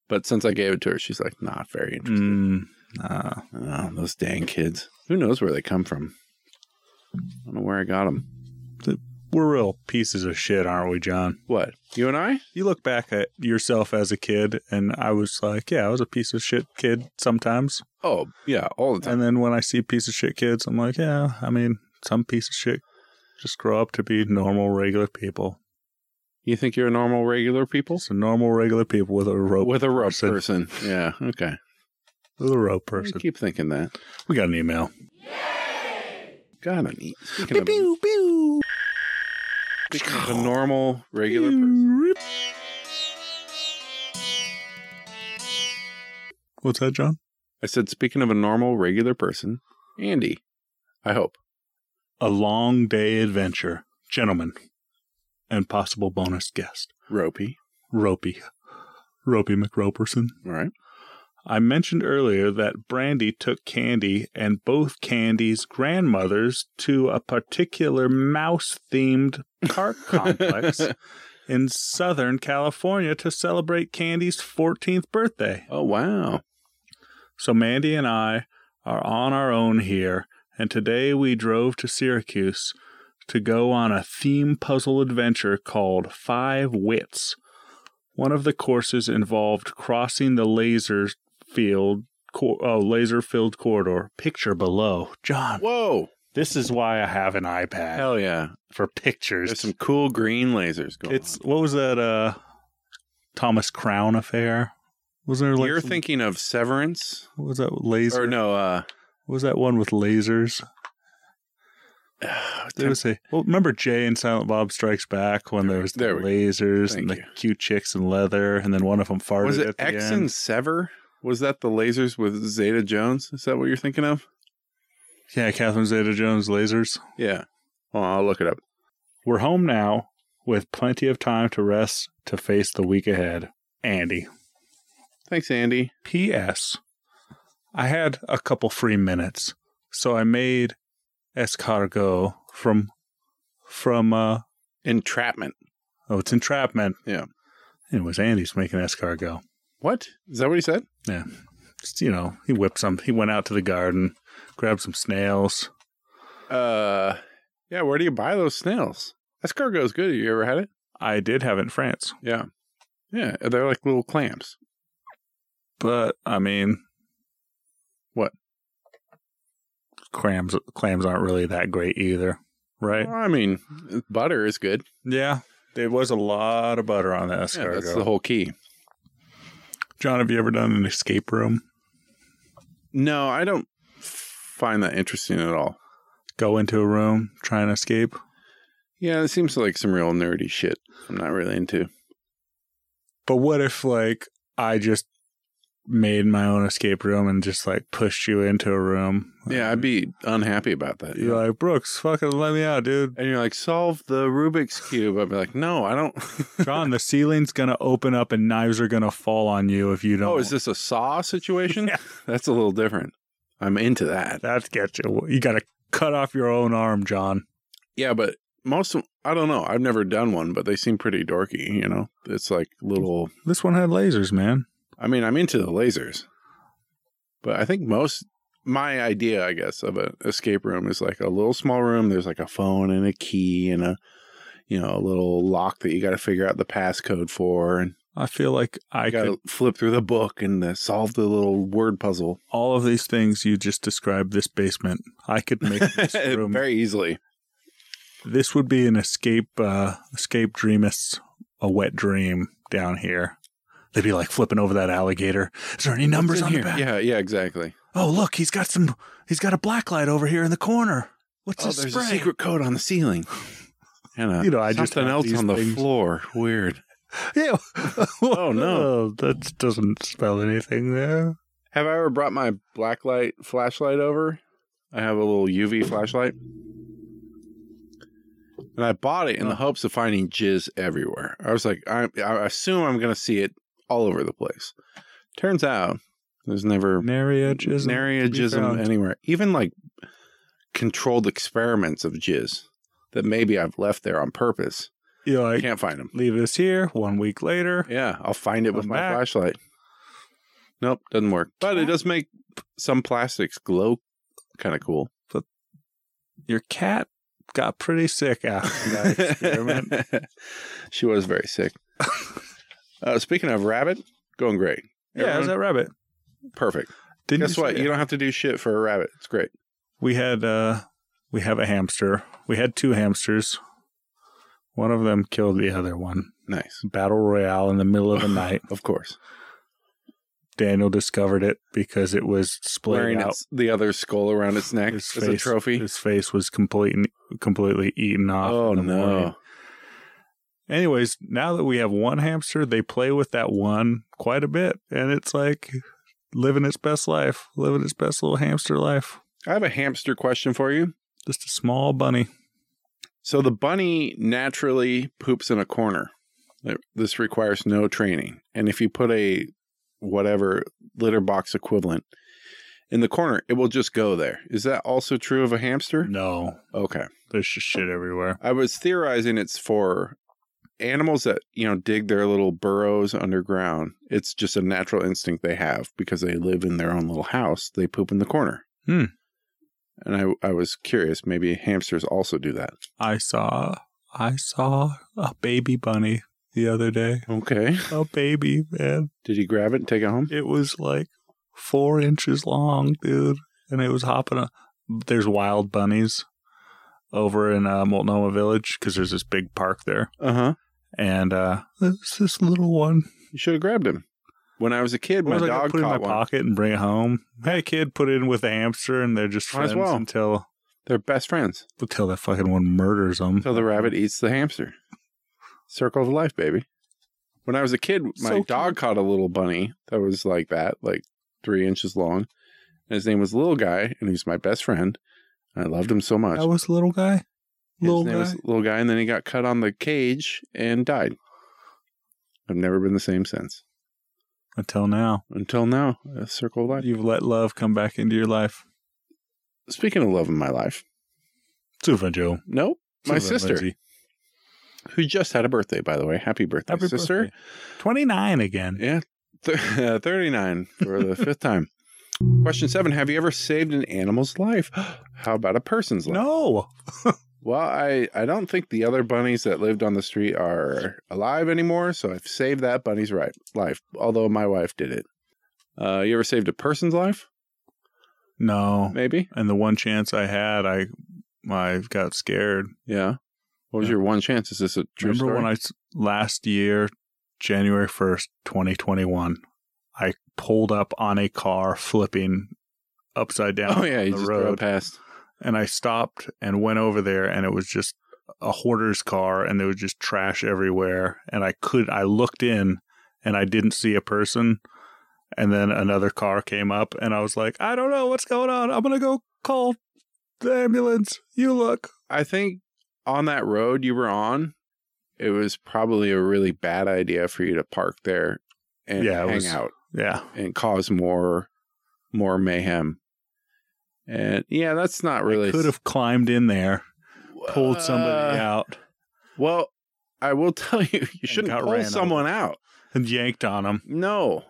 [SPEAKER 2] But since I gave it to her, she's like, not very interested.
[SPEAKER 1] Mm, nah.
[SPEAKER 2] Oh, those dang kids. Who knows where they come from? I don't know where I got them.
[SPEAKER 1] we're real pieces of shit, aren't we, John?
[SPEAKER 2] What? You and I?
[SPEAKER 1] You look back at yourself as a kid, and I was like, "Yeah, I was a piece of shit kid sometimes."
[SPEAKER 2] Oh, yeah, all the time.
[SPEAKER 1] And then when I see piece of shit kids, I'm like, "Yeah, I mean, some piece of shit just grow up to be normal, regular people.
[SPEAKER 2] You think you're a normal, regular people?
[SPEAKER 1] Just a normal, regular people with a rope,
[SPEAKER 2] With a rope
[SPEAKER 1] Oh, person.
[SPEAKER 2] person. Yeah, okay.
[SPEAKER 1] with a rope
[SPEAKER 2] I
[SPEAKER 1] person."
[SPEAKER 2] keep thinking that.
[SPEAKER 1] We got an email.
[SPEAKER 2] God, I'm neat. Speaking, of, a- speaking of a normal, regular person.
[SPEAKER 1] What's that, John?
[SPEAKER 2] I said, speaking of a normal, regular person, Andy. I hope.
[SPEAKER 1] A long day adventure, gentlemen, and possible bonus guest,
[SPEAKER 2] Ropey.
[SPEAKER 1] Ropey, Ropey McRoperson.
[SPEAKER 2] All right.
[SPEAKER 1] I mentioned earlier that Brandy took Candy and both Candy's grandmothers to a particular mouse-themed park complex in Southern California to celebrate Candy's 14th birthday.
[SPEAKER 2] oh, wow.
[SPEAKER 1] So Mandy and I are on our own here, and today we drove to Syracuse to go on a theme puzzle adventure called Five Wits. One of the courses involved crossing the laser field, cor- oh, laser-filled corridor. Picture below, John.
[SPEAKER 2] Whoa!
[SPEAKER 1] This is why I have an iPad
[SPEAKER 2] Hell yeah!
[SPEAKER 1] for pictures.
[SPEAKER 2] There's some cool green lasers going.
[SPEAKER 1] It's what was that uh Thomas Crown affair? Was there
[SPEAKER 2] on.
[SPEAKER 1] like
[SPEAKER 2] You're
[SPEAKER 1] some-
[SPEAKER 2] thinking of Severance,
[SPEAKER 1] what was that laser?
[SPEAKER 2] or no? Uh,
[SPEAKER 1] What was that one with lasers? There was a well. Remember Jay and Silent Bob Strikes Back when there was the
[SPEAKER 2] There we go.
[SPEAKER 1] lasers
[SPEAKER 2] Thank
[SPEAKER 1] and the
[SPEAKER 2] you.
[SPEAKER 1] cute chicks in leather, and then one of them farted.
[SPEAKER 2] was it
[SPEAKER 1] at the
[SPEAKER 2] X
[SPEAKER 1] end.
[SPEAKER 2] and Sever? Was that the lasers with Zeta Jones? Is that what you're thinking of?
[SPEAKER 1] Yeah, Catherine Zeta-Jones lasers.
[SPEAKER 2] Yeah. Well, I'll look it up.
[SPEAKER 1] We're home now with plenty of time to rest to face the week ahead. Andy.
[SPEAKER 2] Thanks, Andy.
[SPEAKER 1] P.S. I had a couple free minutes, so I made escargot from from uh
[SPEAKER 2] Entrapment.
[SPEAKER 1] oh, it's entrapment.
[SPEAKER 2] Yeah.
[SPEAKER 1] Anyways, Andy's making escargot.
[SPEAKER 2] What is that? What he said?
[SPEAKER 1] Just, you know, he whipped some. He went out to the garden, grabbed some snails.
[SPEAKER 2] Uh, yeah. Where do you buy those snails? Escargot's good. You ever had it?
[SPEAKER 1] I did have it in France,
[SPEAKER 2] Yeah. Yeah. They're like little clams.
[SPEAKER 1] but I mean,
[SPEAKER 2] What?
[SPEAKER 1] Clams clams aren't really that great either, right?
[SPEAKER 2] Well, I mean, butter is good.
[SPEAKER 1] Yeah, there was a lot of butter on that
[SPEAKER 2] Yeah,
[SPEAKER 1] escargot.
[SPEAKER 2] that's the whole key.
[SPEAKER 1] John, have you ever done an escape room?
[SPEAKER 2] No, I don't find that interesting at all.
[SPEAKER 1] go into a room, try and escape.
[SPEAKER 2] Yeah, it seems like some real nerdy shit. I'm not really into.
[SPEAKER 1] But what if like I just made my own escape room and just like pushed you into a room?
[SPEAKER 2] Yeah, I'd be unhappy about that.
[SPEAKER 1] You're like, Brooks, fucking let me out, dude.
[SPEAKER 2] and you're like, solve the Rubik's cube. I'd be like, no, I don't.
[SPEAKER 1] John, the ceiling's gonna open up and knives are gonna fall on you if you don't.
[SPEAKER 2] oh, is this a saw situation?
[SPEAKER 1] Yeah.
[SPEAKER 2] That's a little different. I'm into that.
[SPEAKER 1] that gets you? You gotta cut off your own arm, John.
[SPEAKER 2] Yeah, but most of, I don't know. I've never done one, but they seem pretty dorky. You know, it's like little.
[SPEAKER 1] This one had lasers, man.
[SPEAKER 2] I mean, I'm into the lasers, but I think most my idea, I guess, of an escape room is like a little small room. There's like a phone and a key and a you know a little lock that you got to figure out the passcode for, and
[SPEAKER 1] I feel like I
[SPEAKER 2] I got
[SPEAKER 1] could
[SPEAKER 2] to flip through the book and uh, solve the little word puzzle
[SPEAKER 1] all of these things you just described. This basement, I could make this room
[SPEAKER 2] very easily.
[SPEAKER 1] This would be an escape uh escape dreamist's a wet dream down here. They'd be like flipping over that alligator. Is there any numbers
[SPEAKER 2] What's
[SPEAKER 1] on
[SPEAKER 2] in
[SPEAKER 1] the
[SPEAKER 2] here?
[SPEAKER 1] back?
[SPEAKER 2] Yeah, yeah, exactly.
[SPEAKER 1] Oh look, he's got some he's got a black light over here in the corner. What's
[SPEAKER 2] oh,
[SPEAKER 1] this
[SPEAKER 2] there's
[SPEAKER 1] spray?
[SPEAKER 2] a secret code on the ceiling. And uh,
[SPEAKER 1] You know, I just
[SPEAKER 2] something
[SPEAKER 1] have
[SPEAKER 2] else
[SPEAKER 1] these
[SPEAKER 2] on the
[SPEAKER 1] things.
[SPEAKER 2] floor. Weird.
[SPEAKER 1] Ew.
[SPEAKER 2] Oh, no.
[SPEAKER 1] that doesn't spell anything there.
[SPEAKER 2] Have I ever brought my blacklight flashlight over? I have a little UV flashlight. And I bought it in the hopes of finding jizz everywhere. I was like, I, I assume I'm going to see it all over the place. Turns out there's never
[SPEAKER 1] Nariagism. to be
[SPEAKER 2] nariagism
[SPEAKER 1] found.
[SPEAKER 2] anywhere. Even like controlled experiments of jizz that maybe I've left there on purpose.
[SPEAKER 1] You're
[SPEAKER 2] I
[SPEAKER 1] like
[SPEAKER 2] can't find them.
[SPEAKER 1] leave this here one week later.
[SPEAKER 2] Yeah, I'll find it with
[SPEAKER 1] Come
[SPEAKER 2] my
[SPEAKER 1] back.
[SPEAKER 2] flashlight. Nope, doesn't work. But it does make some plastics glow kind of cool.
[SPEAKER 1] Your cat got pretty sick after that experiment.
[SPEAKER 2] she was very sick. uh, speaking of rabbit, going great.
[SPEAKER 1] yeah, it
[SPEAKER 2] Everyone-
[SPEAKER 1] was that rabbit.
[SPEAKER 2] perfect.
[SPEAKER 1] Didn't
[SPEAKER 2] Guess
[SPEAKER 1] you
[SPEAKER 2] what?
[SPEAKER 1] say-
[SPEAKER 2] You don't have to do shit for a rabbit. It's great.
[SPEAKER 1] we had uh we have a hamster we had two hamsters one of them killed the other one
[SPEAKER 2] Nice.
[SPEAKER 1] battle royale in the middle of the night
[SPEAKER 2] Of course.
[SPEAKER 1] daniel discovered it because it was splayed
[SPEAKER 2] Wearing
[SPEAKER 1] out
[SPEAKER 2] its, the other skull around its neck
[SPEAKER 1] His
[SPEAKER 2] as a
[SPEAKER 1] face-
[SPEAKER 2] trophy.
[SPEAKER 1] his face was complete, completely eaten off
[SPEAKER 2] Oh
[SPEAKER 1] in the
[SPEAKER 2] no!
[SPEAKER 1] morning. anyways now that we have one hamster they play with that one quite a bit and it's like living its best life living its best little hamster life
[SPEAKER 2] I have a hamster question for you.
[SPEAKER 1] just a small bunny
[SPEAKER 2] So the bunny naturally poops in a corner. Uh, This requires no training. And if you put a whatever litter box equivalent in the corner, it will just go there. Is that also true of a hamster?
[SPEAKER 1] no
[SPEAKER 2] Okay.
[SPEAKER 1] there's just shit everywhere
[SPEAKER 2] I was theorizing it's for animals that, you know, dig their little burrows underground. It's just a natural instinct they have because they live in their own little house. They poop in the corner.
[SPEAKER 1] Hmm.
[SPEAKER 2] And I, I was curious, maybe hamsters also do that.
[SPEAKER 1] I saw I saw a baby bunny the other day.
[SPEAKER 2] Okay.
[SPEAKER 1] A baby, man.
[SPEAKER 2] Did he grab it and take it home?
[SPEAKER 1] It was like four inches long, dude. And it was hopping. A- there's wild bunnies over in uh, Multnomah Village because there's this big park there.
[SPEAKER 2] Uh huh.
[SPEAKER 1] And uh, there's this little one.
[SPEAKER 2] You should have grabbed him. When I was a kid,
[SPEAKER 1] I
[SPEAKER 2] my
[SPEAKER 1] was like, I
[SPEAKER 2] dog
[SPEAKER 1] put it in my
[SPEAKER 2] caught one.
[SPEAKER 1] pocket and bring it home. Hey, kid, put it in with a hamster, and they're just
[SPEAKER 2] Might as
[SPEAKER 1] friends
[SPEAKER 2] well.
[SPEAKER 1] until
[SPEAKER 2] They're best friends
[SPEAKER 1] until that fucking one murders them.
[SPEAKER 2] until the rabbit eats the hamster. Circle of life, baby. When I was a kid, my
[SPEAKER 1] So cute.
[SPEAKER 2] dog caught a little bunny that was like that, like three inches long. And his name was Little Guy, and he was my best friend. I loved him so much.
[SPEAKER 1] That was the little guy.
[SPEAKER 2] His
[SPEAKER 1] Little
[SPEAKER 2] name
[SPEAKER 1] guy.
[SPEAKER 2] was Little Guy, and then he got cut on the cage and died. I've never been the same since.
[SPEAKER 1] Until now,
[SPEAKER 2] Until now, a circle of life.
[SPEAKER 1] you've let love come back into your life.
[SPEAKER 2] Speaking of love in my life,
[SPEAKER 1] Suva Joe,
[SPEAKER 2] nope, my
[SPEAKER 1] Suva
[SPEAKER 2] sister,
[SPEAKER 1] Lindsay.
[SPEAKER 2] who just had a birthday, by the way. Happy birthday,
[SPEAKER 1] Happy
[SPEAKER 2] sister.
[SPEAKER 1] twenty nine again.
[SPEAKER 2] Yeah, th- uh, 39 for the fifth time. Question seven Have you ever saved an animal's life? How about a person's life?
[SPEAKER 1] No,
[SPEAKER 2] Well, I, I don't think the other bunnies that lived on the street are alive anymore, so I've saved that bunny's right, life, although my wife did it. Uh, you ever saved a person's life?
[SPEAKER 1] no.
[SPEAKER 2] Maybe.
[SPEAKER 1] And the one chance I had, I I got scared.
[SPEAKER 2] Yeah. What was
[SPEAKER 1] Yeah.
[SPEAKER 2] your one chance? Is this a true
[SPEAKER 1] Remember
[SPEAKER 2] story?
[SPEAKER 1] when I s- last year, January first, twenty twenty one, I pulled up on a car flipping upside down
[SPEAKER 2] oh yeah,
[SPEAKER 1] on
[SPEAKER 2] you
[SPEAKER 1] the
[SPEAKER 2] just drove
[SPEAKER 1] road,
[SPEAKER 2] past.
[SPEAKER 1] and I stopped and went over there, and it was just a hoarder's car, and there was just trash everywhere, and I could I looked in, and I didn't see a person, and then another car came up, and I was like, I don't know what's going on. I'm gonna go call the ambulance. You look.
[SPEAKER 2] I think on that road you were on, it was probably a really bad idea for you to park there and
[SPEAKER 1] Yeah, it
[SPEAKER 2] hang
[SPEAKER 1] was-
[SPEAKER 2] out
[SPEAKER 1] Yeah.
[SPEAKER 2] and cause more more mayhem. And yeah, that's not really
[SPEAKER 1] Could have climbed in there, pulled somebody
[SPEAKER 2] Uh,
[SPEAKER 1] out,
[SPEAKER 2] Well, I will tell you, you shouldn't
[SPEAKER 1] got
[SPEAKER 2] pull
[SPEAKER 1] ran
[SPEAKER 2] someone out.
[SPEAKER 1] and yanked on them.
[SPEAKER 2] No,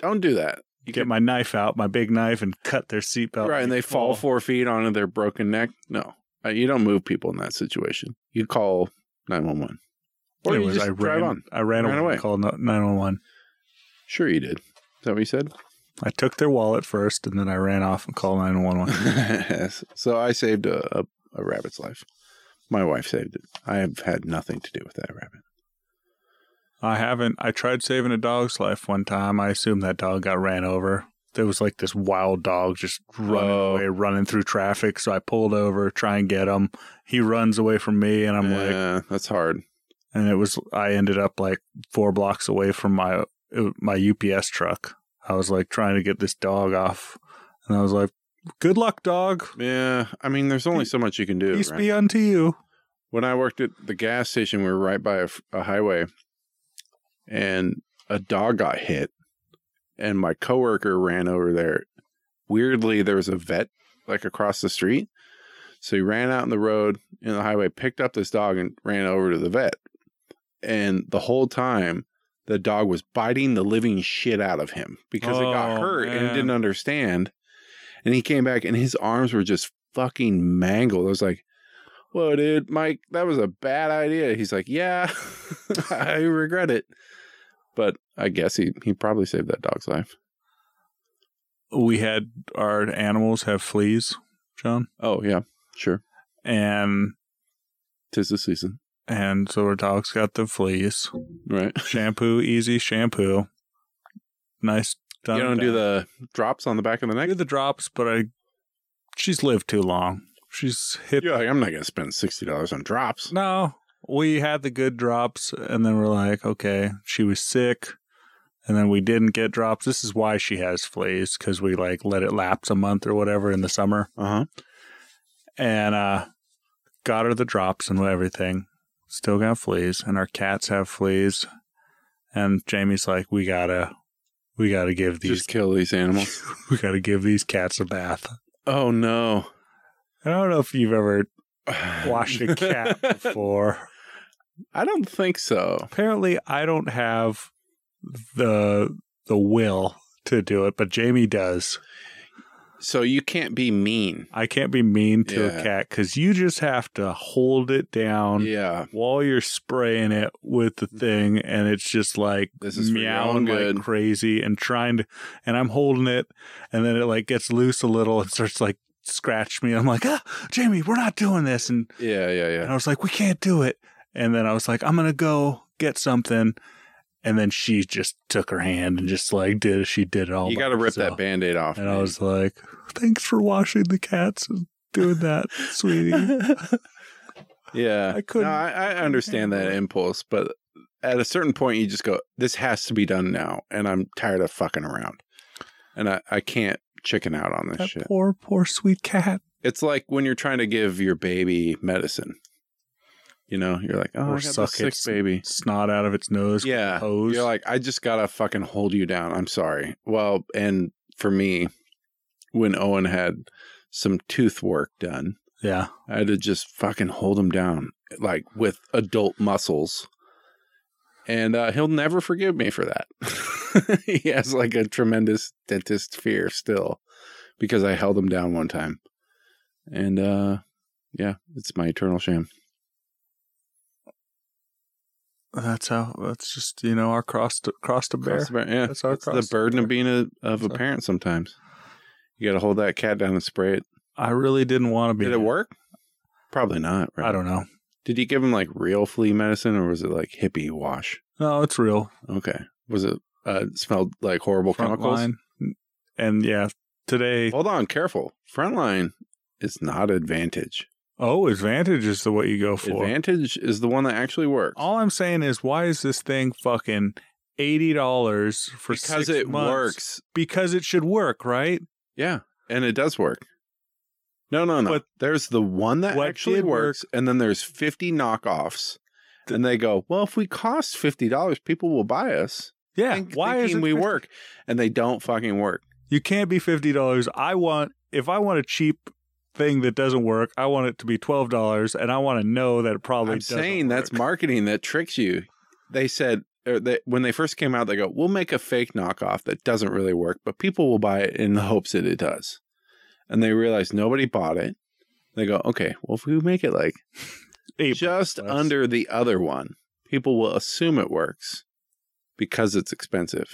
[SPEAKER 2] don't do that.
[SPEAKER 1] You get my knife out, my big knife, and cut their seatbelt.
[SPEAKER 2] right, and they fall
[SPEAKER 1] Oh.
[SPEAKER 2] four feet onto their broken neck. No, Uh, you don't move people in that situation. You call nine one one, or you
[SPEAKER 1] Anyways,
[SPEAKER 2] just
[SPEAKER 1] I ran,
[SPEAKER 2] drive on.
[SPEAKER 1] I ran,
[SPEAKER 2] Ran
[SPEAKER 1] away.
[SPEAKER 2] away.
[SPEAKER 1] and Called nine one one.
[SPEAKER 2] Sure, you did. Is that what you said?
[SPEAKER 1] I took their wallet first, and then I ran off and called nine one one.
[SPEAKER 2] so I saved a, a, a rabbit's life. My wife saved it. I have had nothing to do with that rabbit.
[SPEAKER 1] I haven't. I tried saving a dog's life one time. I assume that dog got ran over. There was like this wild dog just running
[SPEAKER 2] Oh.
[SPEAKER 1] away, running through traffic. So I pulled over, try and get him. He runs away from me, and I'm like,
[SPEAKER 2] yeah, that's hard.
[SPEAKER 1] and it was I ended up like four blocks away from my my UPS truck. I was like trying to get this dog off, and I was like, "Good luck, dog.
[SPEAKER 2] Yeah, I mean, there's only so much you can do.
[SPEAKER 1] Peace
[SPEAKER 2] right?
[SPEAKER 1] be unto you."
[SPEAKER 2] when I worked at the gas station, we were right by a, f- a highway, and a dog got hit, and my coworker ran over there. Weirdly, there was a vet like across the street, so he ran out in the road in the highway, picked up this dog, and ran over to the vet. And the whole time, the dog was biting the living shit out of him because it got
[SPEAKER 1] Oh,
[SPEAKER 2] hurt and it
[SPEAKER 1] man.
[SPEAKER 2] didn't understand. And he came back, and his arms were just fucking mangled. I was like. Whoa, dude, Mike, that was a bad idea. He's like, Yeah, I regret it. But I guess he, he probably saved that dog's life.
[SPEAKER 1] We had our animals have fleas, John,
[SPEAKER 2] Oh, yeah, sure.
[SPEAKER 1] and
[SPEAKER 2] Tis the season,
[SPEAKER 1] and so our dogs got the fleas.
[SPEAKER 2] right?
[SPEAKER 1] Shampoo, easy shampoo. Nice. Done
[SPEAKER 2] you
[SPEAKER 1] and
[SPEAKER 2] don't do
[SPEAKER 1] done.
[SPEAKER 2] the drops on the back of the
[SPEAKER 1] I
[SPEAKER 2] neck?
[SPEAKER 1] do the drops, but I. She's lived too long. She's hit
[SPEAKER 2] You're like, I'm not going to spend $60 on drops.
[SPEAKER 1] No, we had the good drops, and then we're like, okay, she was sick, and then we didn't get drops. This is why she has fleas because we like let it lapse a month or whatever in the summer,
[SPEAKER 2] Uh huh.
[SPEAKER 1] and uh, got her the drops and everything. Still got fleas, and our cats have fleas, and Jamie's like, we gotta, we gotta give these,
[SPEAKER 2] Just kill these animals.
[SPEAKER 1] we gotta give these cats a bath.
[SPEAKER 2] oh, no.
[SPEAKER 1] I don't know if you've ever washed a cat before.
[SPEAKER 2] I don't think so.
[SPEAKER 1] apparently I don't have the the will to do it, but Jamie does.
[SPEAKER 2] So you can't be mean.
[SPEAKER 1] I can't be mean
[SPEAKER 2] Yeah.
[SPEAKER 1] to a cat because you just have to hold it down
[SPEAKER 2] Yeah.
[SPEAKER 1] while you're spraying it with the thing, and it's just like
[SPEAKER 2] This is for your own
[SPEAKER 1] meowing
[SPEAKER 2] good.
[SPEAKER 1] like crazy and trying to. And I'm holding it, and then it like gets loose a little and starts like scratch me. I'm like, ah, Jamie, we're not doing this, and
[SPEAKER 2] Yeah, yeah,
[SPEAKER 1] and
[SPEAKER 2] yeah.
[SPEAKER 1] I was like, we can't do it. And then I was like, I'm gonna go get something. And then she just took her hand and just like did she did it all.
[SPEAKER 2] You
[SPEAKER 1] by
[SPEAKER 2] got to rip
[SPEAKER 1] herself.
[SPEAKER 2] that band aid off.
[SPEAKER 1] And I
[SPEAKER 2] man.
[SPEAKER 1] was like, thanks for washing the cats and doing that, sweetie.
[SPEAKER 2] Oh, yeah.
[SPEAKER 1] I couldn't-
[SPEAKER 2] No, I, I understand that
[SPEAKER 1] handle it.
[SPEAKER 2] impulse, but at a certain point, you just go, this has to be done now. And I'm tired of fucking around. And I, I can't chicken out on this
[SPEAKER 1] that
[SPEAKER 2] shit.
[SPEAKER 1] poor, poor sweet cat.
[SPEAKER 2] It's like when you're trying to give your baby medicine. You know, you're like, oh,
[SPEAKER 1] Or
[SPEAKER 2] I got
[SPEAKER 1] suck
[SPEAKER 2] this sick
[SPEAKER 1] its
[SPEAKER 2] baby.
[SPEAKER 1] Snot out of its nose.
[SPEAKER 2] Yeah.
[SPEAKER 1] hose.
[SPEAKER 2] You're like, I just gotta fucking hold you down. I'm sorry. Well, and for me, when Owen had some tooth work done,
[SPEAKER 1] yeah.
[SPEAKER 2] I had to just fucking hold him down, like with adult muscles. And uh, he'll never forgive me for that. he has like a tremendous dentist fear still because I held him down one time. And uh, yeah, it's my eternal shame.
[SPEAKER 1] That's how, that's just, you know, our cross to, cross to bear.
[SPEAKER 2] Cross the bear- yeah.
[SPEAKER 1] That's our
[SPEAKER 2] That's the
[SPEAKER 1] cross to
[SPEAKER 2] burden of being a, of a
[SPEAKER 1] So-
[SPEAKER 2] parent sometimes. You got to hold that cat down and spray it.
[SPEAKER 1] I really didn't want to be.
[SPEAKER 2] Did it work? Probably not. Right?
[SPEAKER 1] I don't know.
[SPEAKER 2] Did you give him like real flea medicine or was it like hippie wash?
[SPEAKER 1] No, it's real.
[SPEAKER 2] Okay. Was it uh, smelled like horrible
[SPEAKER 1] Front
[SPEAKER 2] chemicals?
[SPEAKER 1] line. And yeah, today,
[SPEAKER 2] Hold on, careful. Frontline is not advantage.
[SPEAKER 1] oh, advantage is the what you go for.
[SPEAKER 2] Advantage is the one that actually works.
[SPEAKER 1] All I'm saying is, why is this thing fucking eighty dollars for
[SPEAKER 2] because
[SPEAKER 1] six
[SPEAKER 2] it
[SPEAKER 1] months?
[SPEAKER 2] works.
[SPEAKER 1] Because it should work, right?
[SPEAKER 2] Yeah. And it does work. No, no, no.
[SPEAKER 1] But-
[SPEAKER 2] there's the one that
[SPEAKER 1] What
[SPEAKER 2] actually
[SPEAKER 1] did work-
[SPEAKER 2] works, and then there's 50 knockoffs.
[SPEAKER 1] The-
[SPEAKER 2] and they go, well, if we cost $50, people will buy us.
[SPEAKER 1] Yeah.
[SPEAKER 2] think-
[SPEAKER 1] why is
[SPEAKER 2] thinking
[SPEAKER 1] it
[SPEAKER 2] we
[SPEAKER 1] 50
[SPEAKER 2] work? And they don't fucking work.
[SPEAKER 1] You can't be fifty dollars. I want if I want a cheap thing that doesn't work, I want it to be twelve dollars, and I want to know that it probably.
[SPEAKER 2] I'm
[SPEAKER 1] doesn't
[SPEAKER 2] saying that's
[SPEAKER 1] work.
[SPEAKER 2] marketing that tricks you. They said or they, when they first came out, they go, "We'll make a fake knockoff that doesn't really work, but people will buy it in the hopes that it does." And they realized nobody bought it. They go, "Okay, well, if we make it like
[SPEAKER 1] Eight
[SPEAKER 2] just
[SPEAKER 1] bucks less.
[SPEAKER 2] under the other one, people will assume it works because it's expensive,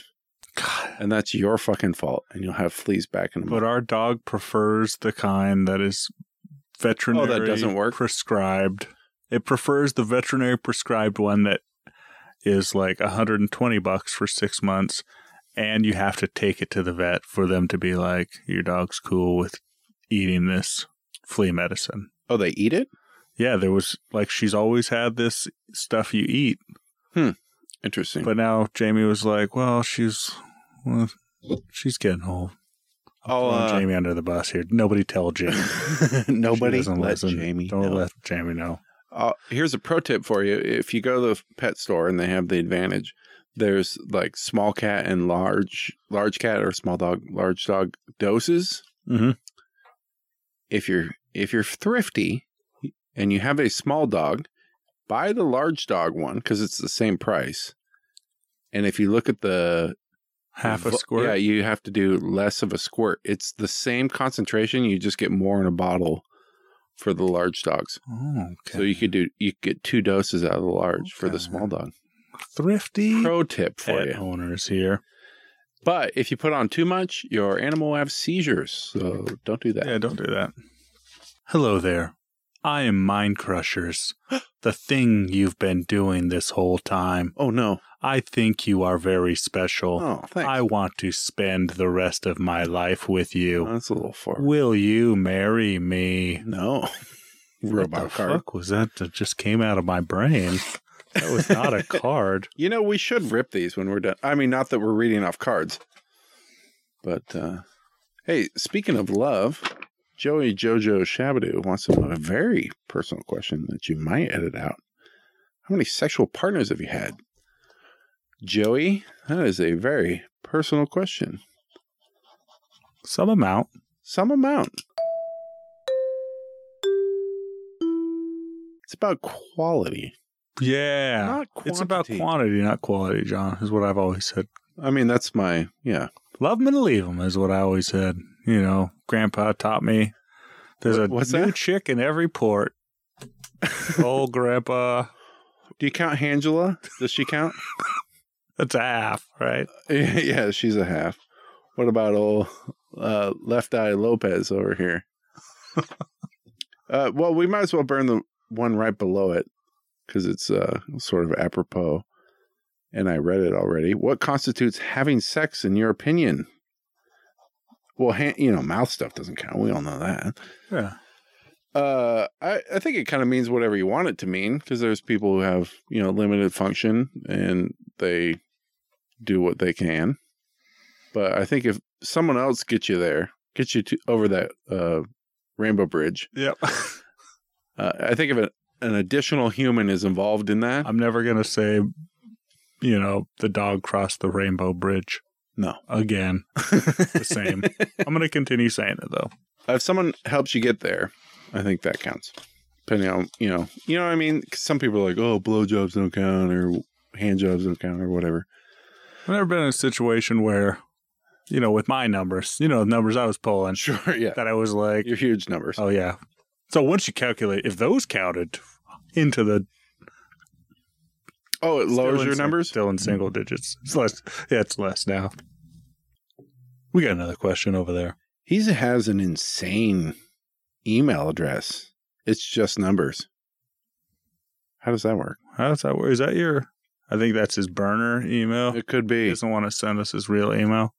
[SPEAKER 1] God.
[SPEAKER 2] and that's your fucking fault, and you'll have fleas back in a
[SPEAKER 1] But
[SPEAKER 2] month."
[SPEAKER 1] our dog prefers the kind that is veterinary.
[SPEAKER 2] Oh, doesn't work?
[SPEAKER 1] Prescribed. It prefers the veterinary prescribed one that is like 120 bucks for six months, and you have to take it to the vet for them to be like, your dog's cool with eating this flea medicine.
[SPEAKER 2] Oh, they eat it.
[SPEAKER 1] Yeah, there was like she's always had this stuff you eat,
[SPEAKER 2] Interesting.
[SPEAKER 1] but now Jamie was like, well, she's well, she's getting old.
[SPEAKER 2] oh,
[SPEAKER 1] Throwing
[SPEAKER 2] uh,
[SPEAKER 1] Jamie under the bus here. Nobody tell Jamie.
[SPEAKER 2] nobody
[SPEAKER 1] She doesn't
[SPEAKER 2] let
[SPEAKER 1] listen.
[SPEAKER 2] Jamie.
[SPEAKER 1] Don't
[SPEAKER 2] know.
[SPEAKER 1] let Jamie know.
[SPEAKER 2] Uh, here's a pro tip for you. If you go to the pet store and they have the advantage, there's like small cat and large large cat or small dog, large dog doses.
[SPEAKER 1] Mhm.
[SPEAKER 2] If you're if you're thrifty and you have a small dog, buy the large dog one because it's the same price. And if you look at the
[SPEAKER 1] Half a
[SPEAKER 2] vo-
[SPEAKER 1] squirt.
[SPEAKER 2] yeah, you have to do less of a squirt. It's the same concentration. You just get more in a bottle for the large dogs.
[SPEAKER 1] Oh, okay.
[SPEAKER 2] So you could do you could get two doses out of the large for the
[SPEAKER 1] Okay.
[SPEAKER 2] small dog.
[SPEAKER 1] thrifty
[SPEAKER 2] Pro tip for
[SPEAKER 1] pet
[SPEAKER 2] you.
[SPEAKER 1] owners here.
[SPEAKER 2] But if you put on too much, your animal will have seizures. So don't do that.
[SPEAKER 1] Yeah, don't do that. Hello there. I am Mind Crushers, the thing you've been doing this whole time.
[SPEAKER 2] Oh no.
[SPEAKER 1] I think you are very special.
[SPEAKER 2] Oh, thanks.
[SPEAKER 1] I want to spend the rest of my life with
[SPEAKER 2] Oh,
[SPEAKER 1] you.
[SPEAKER 2] that's a little far.
[SPEAKER 1] Will you marry me?
[SPEAKER 2] No.
[SPEAKER 1] what
[SPEAKER 2] Robot
[SPEAKER 1] the
[SPEAKER 2] card.
[SPEAKER 1] fuck was that that just came out of my brain? That was not a card.
[SPEAKER 2] You know, we should rip these when we're done. I mean, not that we're reading off cards. But uh hey, speaking of love, Joey Jojo Shabadoo wants to know a very personal question that you might edit out. How many sexual partners have you had? Joey, that is a very personal question.
[SPEAKER 1] Some amount.
[SPEAKER 2] Some amount. It's about quality,
[SPEAKER 1] Yeah.
[SPEAKER 2] not quantity.
[SPEAKER 1] It's about quantity, not quality, John, is what I've always said.
[SPEAKER 2] I mean, that's my yeah.
[SPEAKER 1] Love 'em and leave 'em is what I always said. you know, grandpa taught me there's a
[SPEAKER 2] Wha- what's
[SPEAKER 1] new
[SPEAKER 2] that?
[SPEAKER 1] chick in every port. Old grandpa.
[SPEAKER 2] Do you count Angela? Does she count?
[SPEAKER 1] That's a half, right?
[SPEAKER 2] yeah, she's a half. What about old uh, Left Eye Lopez over here? uh, well, we might as well burn the one right below it because it's uh, sort of apropos. And I read it already. What constitutes having sex in your opinion? Well, hand, you know, mouth stuff doesn't count. We all know that.
[SPEAKER 1] Yeah.
[SPEAKER 2] Uh, I, I think it kind of means whatever you want it to mean because there's people who have, you know, limited function and they do what they can. But I think if someone else gets you there, gets you to, over that uh, rainbow bridge,
[SPEAKER 1] Yep.
[SPEAKER 2] uh, I think if an, an additional human is involved in that,
[SPEAKER 1] I'm never going to say, you know, the dog crossed the rainbow bridge.
[SPEAKER 2] No.
[SPEAKER 1] Again, the same. I'm going to continue saying it though.
[SPEAKER 2] if someone helps you get there, I think that counts. Depending on you know, you know what I mean. 'Cause some people are like, oh, blowjobs don't count or hand jobs don't count or whatever.
[SPEAKER 1] I've never been in a situation where, you know, with my numbers, you know, the numbers I was pulling,
[SPEAKER 2] Sure, yeah,
[SPEAKER 1] that I was like,
[SPEAKER 2] you're huge numbers.
[SPEAKER 1] oh yeah. So once you calculate, if those counted into the
[SPEAKER 2] Oh, it lowers
[SPEAKER 1] still in
[SPEAKER 2] your
[SPEAKER 1] sing-
[SPEAKER 2] numbers.
[SPEAKER 1] still in single digits, mm-hmm. it's less. Yeah, it's less now. We got another question over there.
[SPEAKER 2] He has an insane email address. It's just numbers. How does that work?
[SPEAKER 1] How does that work? Is that your? I think that's his burner email.
[SPEAKER 2] It could
[SPEAKER 1] He
[SPEAKER 2] be.
[SPEAKER 1] doesn't want to send us his real email.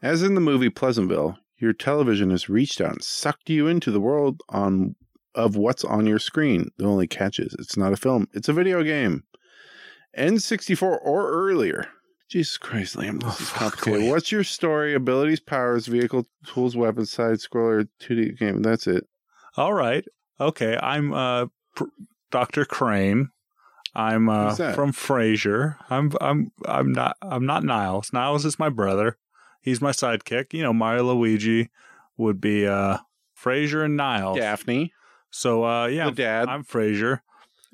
[SPEAKER 2] As in the movie Pleasantville, your television has reached out and sucked you into the world on of what's on your screen. The only catch is it's not a film, it's a video game. N64 or earlier. Jesus Christ, Liam, this is
[SPEAKER 1] Oh, fuck,
[SPEAKER 2] complicated.
[SPEAKER 1] Liam.
[SPEAKER 2] What's your story? Abilities, powers, vehicle, tools, weapons, side scroller, 2D game. That's it.
[SPEAKER 1] All right. Okay. I'm uh, pr- Dr. Crane. I'm uh,
[SPEAKER 2] Who's that?
[SPEAKER 1] from Frasier. I'm I'm I'm not I'm not Niles. Niles is my brother. He's my sidekick. You know, Mario Luigi would be uh Frasier and Niles.
[SPEAKER 2] Daphne,
[SPEAKER 1] So uh yeah,
[SPEAKER 2] the dad.
[SPEAKER 1] I'm Frasier.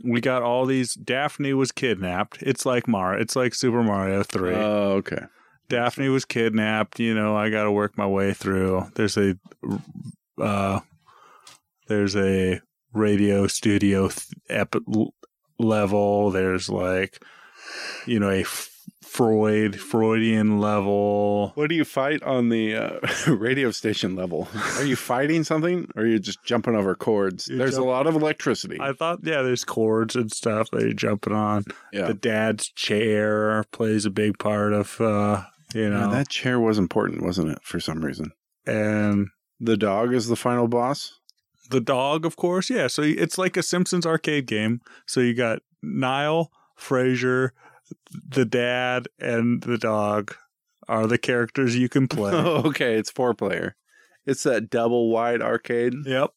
[SPEAKER 1] We got all these Daphne was kidnapped. It's like Mar it's like Super Mario 3.
[SPEAKER 2] Oh, okay.
[SPEAKER 1] Daphne was kidnapped. You know, I got to work my way through. There's a, uh, there's a radio studio th- ep- l- level. There's like, you know, a F- Freud Freudian level.
[SPEAKER 2] What do you fight on the uh, radio station level? Are you fighting something or are you just jumping over cords?
[SPEAKER 1] You
[SPEAKER 2] There's
[SPEAKER 1] jump-
[SPEAKER 2] a lot of electricity.
[SPEAKER 1] I thought, yeah, there's chords and stuff that you're jumping on.
[SPEAKER 2] Yeah.
[SPEAKER 1] The dad's chair plays a big part of, uh, you know,
[SPEAKER 2] Man, that chair was important, wasn't it, for some reason?
[SPEAKER 1] and
[SPEAKER 2] The dog is the final boss.
[SPEAKER 1] the dog, of course. Yeah, so it's like a Simpsons arcade game. So you got Niall, Frasier, the dad, and the dog are the characters you can play.
[SPEAKER 2] Oh, okay. It's four player. It's that double wide arcade.
[SPEAKER 1] yep.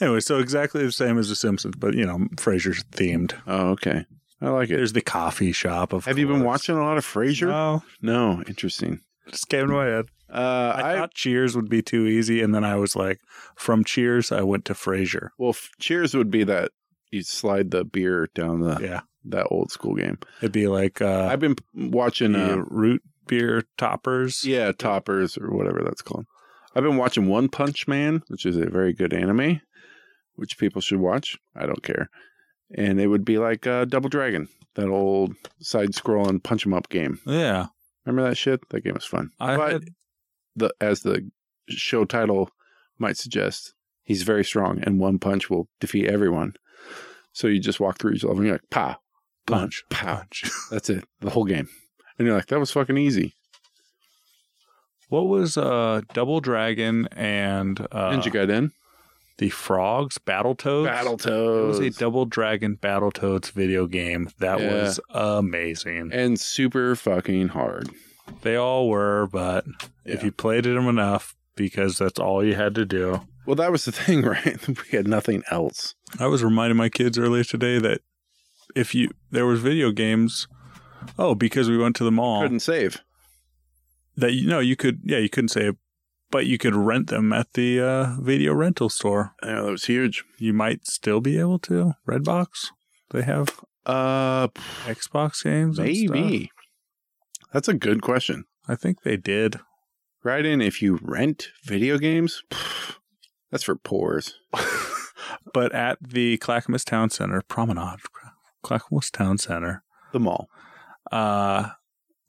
[SPEAKER 1] Anyway, so exactly the same as the Simpsons, but you know, Frasier's themed.
[SPEAKER 2] Oh, okay. I like it.
[SPEAKER 1] There's the coffee shop. Of
[SPEAKER 2] Have you been
[SPEAKER 1] course.
[SPEAKER 2] watching a lot of Frasier?
[SPEAKER 1] No,
[SPEAKER 2] No, interesting.
[SPEAKER 1] just came to my head.
[SPEAKER 2] Uh,
[SPEAKER 1] I,
[SPEAKER 2] I,
[SPEAKER 1] thought Cheers would be too easy, and then I was like, from Cheers, I went to Frasier.
[SPEAKER 2] well, f- Cheers would be that you slide the beer down the
[SPEAKER 1] Yeah.
[SPEAKER 2] that old school game.
[SPEAKER 1] It'd be like uh,
[SPEAKER 2] Uh. I've been p- watching.
[SPEAKER 1] the
[SPEAKER 2] Uh,
[SPEAKER 1] root beer toppers.
[SPEAKER 2] Yeah, toppers or whatever that's called. I've been watching One Punch Man, which is a very good anime, which people should watch. I don't care. And it would be like uh, Double Dragon, that old side scrolling punch 'em up game.
[SPEAKER 1] yeah.
[SPEAKER 2] Remember that shit? That game was fun.
[SPEAKER 1] I
[SPEAKER 2] but
[SPEAKER 1] had,
[SPEAKER 2] the as the show title might suggest, he's very strong and one punch will defeat everyone. So you just walk through each level and you're like, pow, punch, pow.
[SPEAKER 1] punch.
[SPEAKER 2] That's it. The whole game. And you're like, that was fucking easy.
[SPEAKER 1] What was uh Double Dragon and uh
[SPEAKER 2] Ninja Gaiden.
[SPEAKER 1] the frogs Battletoads? It
[SPEAKER 2] Battletoads.
[SPEAKER 1] was a Double Dragon Battletoads video game that
[SPEAKER 2] Yeah.
[SPEAKER 1] was amazing.
[SPEAKER 2] and super fucking hard.
[SPEAKER 1] They all were, but if
[SPEAKER 2] Yeah.
[SPEAKER 1] you played them enough, because that's all you had to do.
[SPEAKER 2] Well, that was the thing, right? We had nothing else.
[SPEAKER 1] I was reminding my kids earlier today that if you there was video games, oh, because we went to the mall
[SPEAKER 2] Couldn't save.
[SPEAKER 1] that you know you could yeah you couldn't say, but you could rent them at the uh, video rental store.
[SPEAKER 2] Yeah, that was huge.
[SPEAKER 1] you might still be able to. Redbox, they have
[SPEAKER 2] Uh,
[SPEAKER 1] Xbox games. and stuff.
[SPEAKER 2] maybe. That's a good question.
[SPEAKER 1] I think they did.
[SPEAKER 2] Right in if you rent video games. Pff, That's for poors.
[SPEAKER 1] but at the Clackamas Town Center promenade, Clackamas Town Center,
[SPEAKER 2] The mall.
[SPEAKER 1] uh,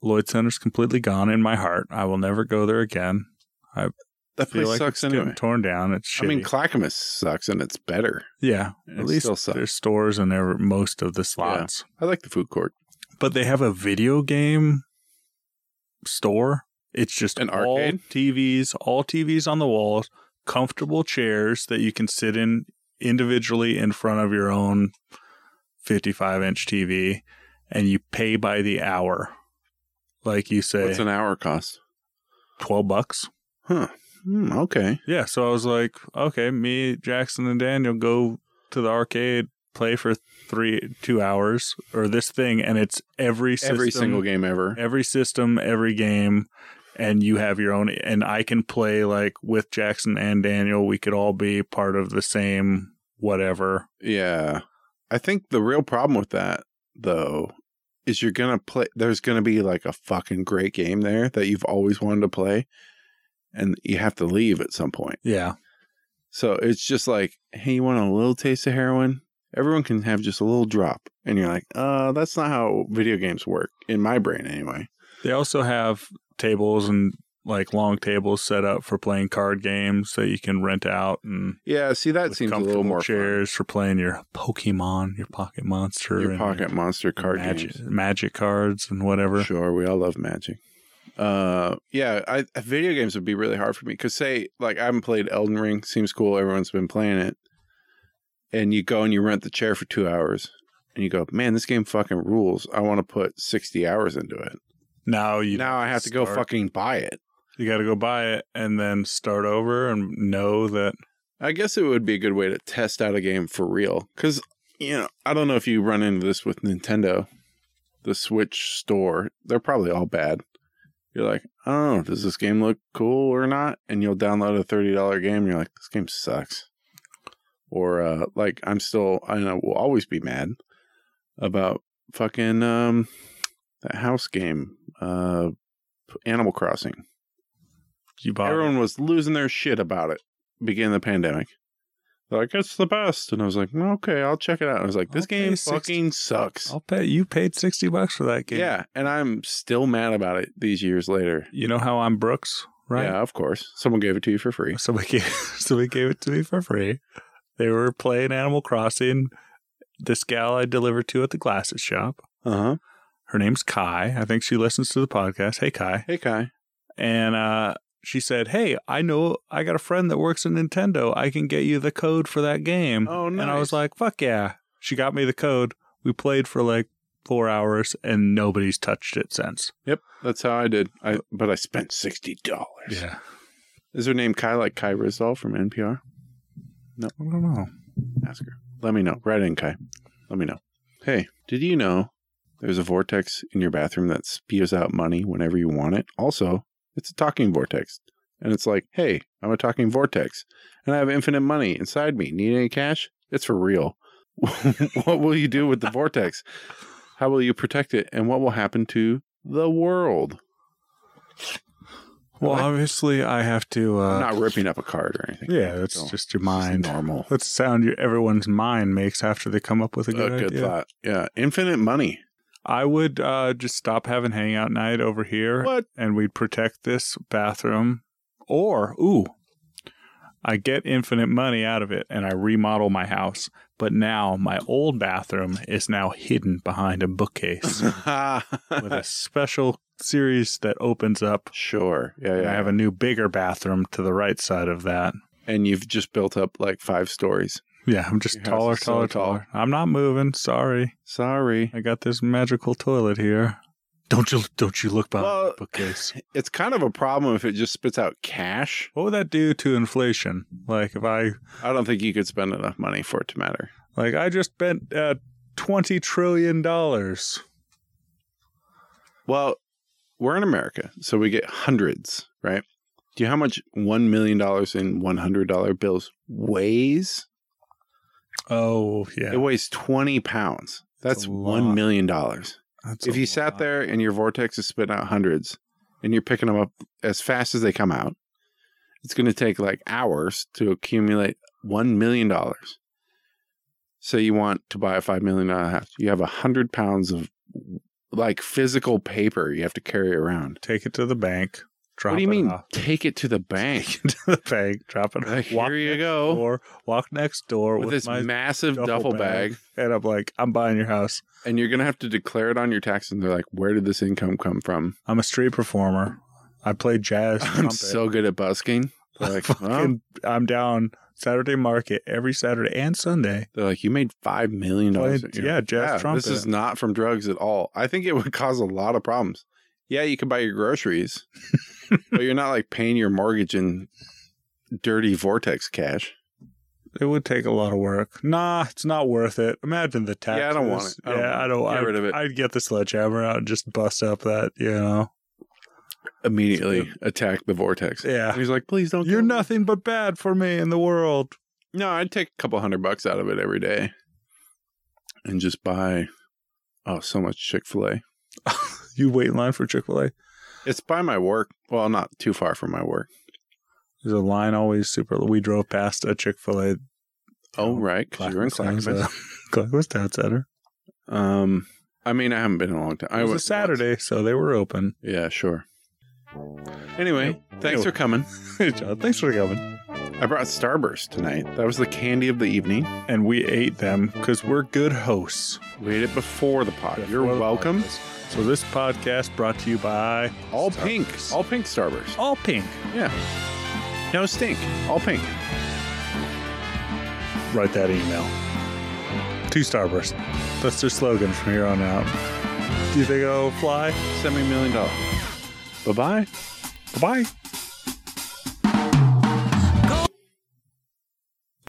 [SPEAKER 1] Lloyd Center's completely gone in my heart. I will never go there again.
[SPEAKER 2] That
[SPEAKER 1] Feel
[SPEAKER 2] place
[SPEAKER 1] like
[SPEAKER 2] sucks
[SPEAKER 1] it's getting
[SPEAKER 2] anyway.
[SPEAKER 1] torn down. It's shitty.
[SPEAKER 2] I mean, Clackamas sucks and it's better.
[SPEAKER 1] yeah,
[SPEAKER 2] it
[SPEAKER 1] at least
[SPEAKER 2] still sucks.
[SPEAKER 1] there's stores in there most of the slots,
[SPEAKER 2] I like the food court.
[SPEAKER 1] but they have a video game store. It's just
[SPEAKER 2] An
[SPEAKER 1] all
[SPEAKER 2] arcade?
[SPEAKER 1] TVs, all TVs on the walls, comfortable chairs that you can sit in individually in front of your own 55 inch TV, and you pay by the hour. Like you say,
[SPEAKER 2] What's an hour cost?
[SPEAKER 1] 12 bucks.
[SPEAKER 2] Huh. Hmm, okay.
[SPEAKER 1] Yeah. So I was like, okay, me, Jackson, and Daniel go to the arcade, play for three, two hours or this thing. And it's every system,
[SPEAKER 2] Every single game ever.
[SPEAKER 1] every system, every game. And you have your own, and I can play like with Jackson and Daniel. We could all be part of the same whatever.
[SPEAKER 2] Yeah. I think the real problem with that though is you're going to play there's going to be like a fucking great game there that you've always wanted to play and you have to leave at some point.
[SPEAKER 1] Yeah.
[SPEAKER 2] So it's just like, "Hey, you want a little taste of heroin?" Everyone can have just a little drop. And you're like, "Uh, that's not how video games work in my brain anyway."
[SPEAKER 1] They also have tables and like long tables set up for playing card games that you can rent out and
[SPEAKER 2] Yeah, see that
[SPEAKER 1] with
[SPEAKER 2] seems a
[SPEAKER 1] comfortable
[SPEAKER 2] little more fun.
[SPEAKER 1] chairs for playing your Pokemon, your Pocket Monster,
[SPEAKER 2] Your
[SPEAKER 1] and
[SPEAKER 2] pocket monster card
[SPEAKER 1] magic,
[SPEAKER 2] games.
[SPEAKER 1] magic cards, and whatever.
[SPEAKER 2] Sure, we all love magic. Uh, yeah, I, I- video games would be really hard for me because say like I haven't played Elden Ring. Seems cool. Everyone's been playing it, and you go and you rent the chair for two hours, and you go, man, this game fucking rules. I want to put sixty hours into it.
[SPEAKER 1] Now you
[SPEAKER 2] now I have to go
[SPEAKER 1] start.
[SPEAKER 2] fucking buy it.
[SPEAKER 1] you got to go buy it and then start over and know that
[SPEAKER 2] I guess it would be a good way to test out a game for real. Because, you know, I don't know if you run into this with Nintendo, the Switch store. They're probably all bad. You're like, oh, does this game look cool or not? And you'll download a $30 game and you're like, this game sucks. Or, uh, like, I'm still, I know, will always be mad about fucking um, that house game, uh, Animal Crossing.
[SPEAKER 1] you bought. it.
[SPEAKER 2] Everyone was losing their shit about it. Beginning of the pandemic. They're like, it's the best. And I was like, well, okay, I'll check it out. And I was like, this
[SPEAKER 1] I'll pay
[SPEAKER 2] game
[SPEAKER 1] 60
[SPEAKER 2] fucking sucks.
[SPEAKER 1] I'll pay. You paid sixty bucks for that game.
[SPEAKER 2] Yeah. And I'm still mad about it these years later.
[SPEAKER 1] You know how I'm Brooks, right?
[SPEAKER 2] Yeah, of course. Someone gave it to you for free.
[SPEAKER 1] So we gave so we gave it to me for free. They were playing Animal Crossing. This gal I delivered to at the glasses shop.
[SPEAKER 2] Uh huh.
[SPEAKER 1] Her name's Kai. I think she listens to the podcast. Hey Kai.
[SPEAKER 2] Hey, Kai.
[SPEAKER 1] And uh she said, "Hey, I know I got a friend that works at Nintendo. I can get you the code for that game."
[SPEAKER 2] Oh, no.
[SPEAKER 1] And I was like, "Fuck yeah." She got me the code. We played for like 4 hours and nobody's touched it since.
[SPEAKER 2] yep, that's how I did. I But I spent $60. Is her name Kai like Kai Rizal from NPR?
[SPEAKER 1] I don't know.
[SPEAKER 2] Ask her. Let me know. Write in, Kai. Let me know. Hey, did you know there's a vortex in your bathroom that spews out money whenever you want it? Also, it's a talking vortex. And it's like, hey, I'm a talking vortex and I have infinite money inside me. Need any cash? It's for real. what will you do with the vortex? How will you protect it? And what will happen to the world?
[SPEAKER 1] Well,
[SPEAKER 2] What?
[SPEAKER 1] obviously I have to uh
[SPEAKER 2] I'm not ripping up a card or anything.
[SPEAKER 1] Yeah, that's
[SPEAKER 2] Don't.
[SPEAKER 1] just your
[SPEAKER 2] It's just
[SPEAKER 1] mind.
[SPEAKER 2] normal.
[SPEAKER 1] That's the sound your everyone's mind makes after they come up with a
[SPEAKER 2] A
[SPEAKER 1] good,
[SPEAKER 2] good
[SPEAKER 1] idea.
[SPEAKER 2] thought. Yeah. Infinite money.
[SPEAKER 1] I would uh, just stop having hangout night over here,
[SPEAKER 2] What?
[SPEAKER 1] and we'd protect this bathroom. Or ooh, I get infinite money out of it, and I remodel my house. But now my old bathroom is now hidden behind a bookcase with a special series that opens up.
[SPEAKER 2] Sure. Yeah,
[SPEAKER 1] And
[SPEAKER 2] yeah.
[SPEAKER 1] I have a new bigger bathroom to the right side of that.
[SPEAKER 2] and you've just built up like five stories.
[SPEAKER 1] Yeah, I'm just
[SPEAKER 2] Your house
[SPEAKER 1] taller,
[SPEAKER 2] is so
[SPEAKER 1] taller,
[SPEAKER 2] tall.
[SPEAKER 1] taller. I'm not moving. Sorry.
[SPEAKER 2] Sorry.
[SPEAKER 1] I got this magical toilet here. Don't you don't you look behind
[SPEAKER 2] Well-
[SPEAKER 1] the bookcase.
[SPEAKER 2] It's kind of a problem if it just spits out cash.
[SPEAKER 1] What would that do to inflation? Like if I
[SPEAKER 2] I don't think you could spend enough money for it to matter.
[SPEAKER 1] like I just spent uh, twenty trillion dollars.
[SPEAKER 2] Well, we're in America, so we get hundreds, right? Do you know how much $1 million in $100 bills weighs?
[SPEAKER 1] Oh yeah.
[SPEAKER 2] It weighs 20 pounds.
[SPEAKER 1] That's
[SPEAKER 2] That's
[SPEAKER 1] a
[SPEAKER 2] $1 million.
[SPEAKER 1] That's
[SPEAKER 2] if
[SPEAKER 1] a
[SPEAKER 2] you sat
[SPEAKER 1] lot.
[SPEAKER 2] there and your vortex is spitting out hundreds, and you're picking them up as fast as they come out. It's going to take like hours to accumulate $1 million. Say you want to buy a $5 million house. You have 100 pounds of like physical paper you have to carry around.
[SPEAKER 1] Take it to the bank. Drop
[SPEAKER 2] what do you
[SPEAKER 1] it
[SPEAKER 2] mean?
[SPEAKER 1] off.
[SPEAKER 2] Take it to the bank.
[SPEAKER 1] Take it to the bank. Drop it.
[SPEAKER 2] Like,
[SPEAKER 1] off.
[SPEAKER 2] here you
[SPEAKER 1] next
[SPEAKER 2] go.
[SPEAKER 1] Door, walk next door
[SPEAKER 2] With,
[SPEAKER 1] with,
[SPEAKER 2] this
[SPEAKER 1] my
[SPEAKER 2] massive duffel, bag.
[SPEAKER 1] and I'm like, I'm buying your house.
[SPEAKER 2] and you're gonna have to declare it on your taxes. And they're like, "Where did this income come from?"
[SPEAKER 1] I'm a street performer. I play jazz.
[SPEAKER 2] I'm
[SPEAKER 1] trumpet.
[SPEAKER 2] so good at busking. They're like, well,
[SPEAKER 1] Fucking- I'm down Saturday market every Saturday and Sunday.
[SPEAKER 2] they're like, "You made five million dollars."
[SPEAKER 1] Playing-
[SPEAKER 2] a year."
[SPEAKER 1] yeah, jazz trumpet.
[SPEAKER 2] This is not from drugs at all. I think it would cause a lot of problems. Yeah, you can buy your groceries, but you're not like paying your mortgage in dirty vortex cash.
[SPEAKER 1] It would take a lot of work. Nah, it's not worth it. Imagine the taxes.
[SPEAKER 2] Yeah, I don't want it. I don't
[SPEAKER 1] yeah,
[SPEAKER 2] want it.
[SPEAKER 1] I don't.
[SPEAKER 2] Get
[SPEAKER 1] I'd,
[SPEAKER 2] rid of it.
[SPEAKER 1] I'd get the sledgehammer out and just bust up that. You know.
[SPEAKER 2] Immediately attack the vortex. And
[SPEAKER 1] Yeah.
[SPEAKER 2] he's like, "Please don't."
[SPEAKER 1] You're
[SPEAKER 2] kill me."
[SPEAKER 1] nothing but bad for me in the world.
[SPEAKER 2] No, I'd take a couple hundred bucks out of it every day, and just buy. Oh, so much Chick Fil A.
[SPEAKER 1] You wait in line for Chick Fil A.
[SPEAKER 2] It's by my work. Well, not too far from my work.
[SPEAKER 1] There's a line always super. We drove past a Chick Fil A.
[SPEAKER 2] Oh, right, 'cause you're in Clackamas.
[SPEAKER 1] Clackamas Town Center.
[SPEAKER 2] Um, I mean, I haven't been in a long time. I
[SPEAKER 1] It was a
[SPEAKER 2] went
[SPEAKER 1] Saturday, so they were open.
[SPEAKER 2] once. Yeah, sure. Anyway, thanks for coming.
[SPEAKER 1] Hey, John, thanks for coming.
[SPEAKER 2] I brought Starburst tonight. That was the candy of the evening.
[SPEAKER 1] And we ate them because we're good hosts.
[SPEAKER 2] We ate it before the pot. You're
[SPEAKER 1] Before the
[SPEAKER 2] welcome.
[SPEAKER 1] podcast. So this podcast brought to you by
[SPEAKER 2] All
[SPEAKER 1] Starburst.
[SPEAKER 2] pink. All pink Starburst.
[SPEAKER 1] All Pink.
[SPEAKER 2] Yeah. No stink. All pink.
[SPEAKER 1] Write that email. Two Starburst. That's their slogan from here on out. Do you think it'll fly?
[SPEAKER 2] Send me a million dollars. Bye bye.
[SPEAKER 1] Bye bye.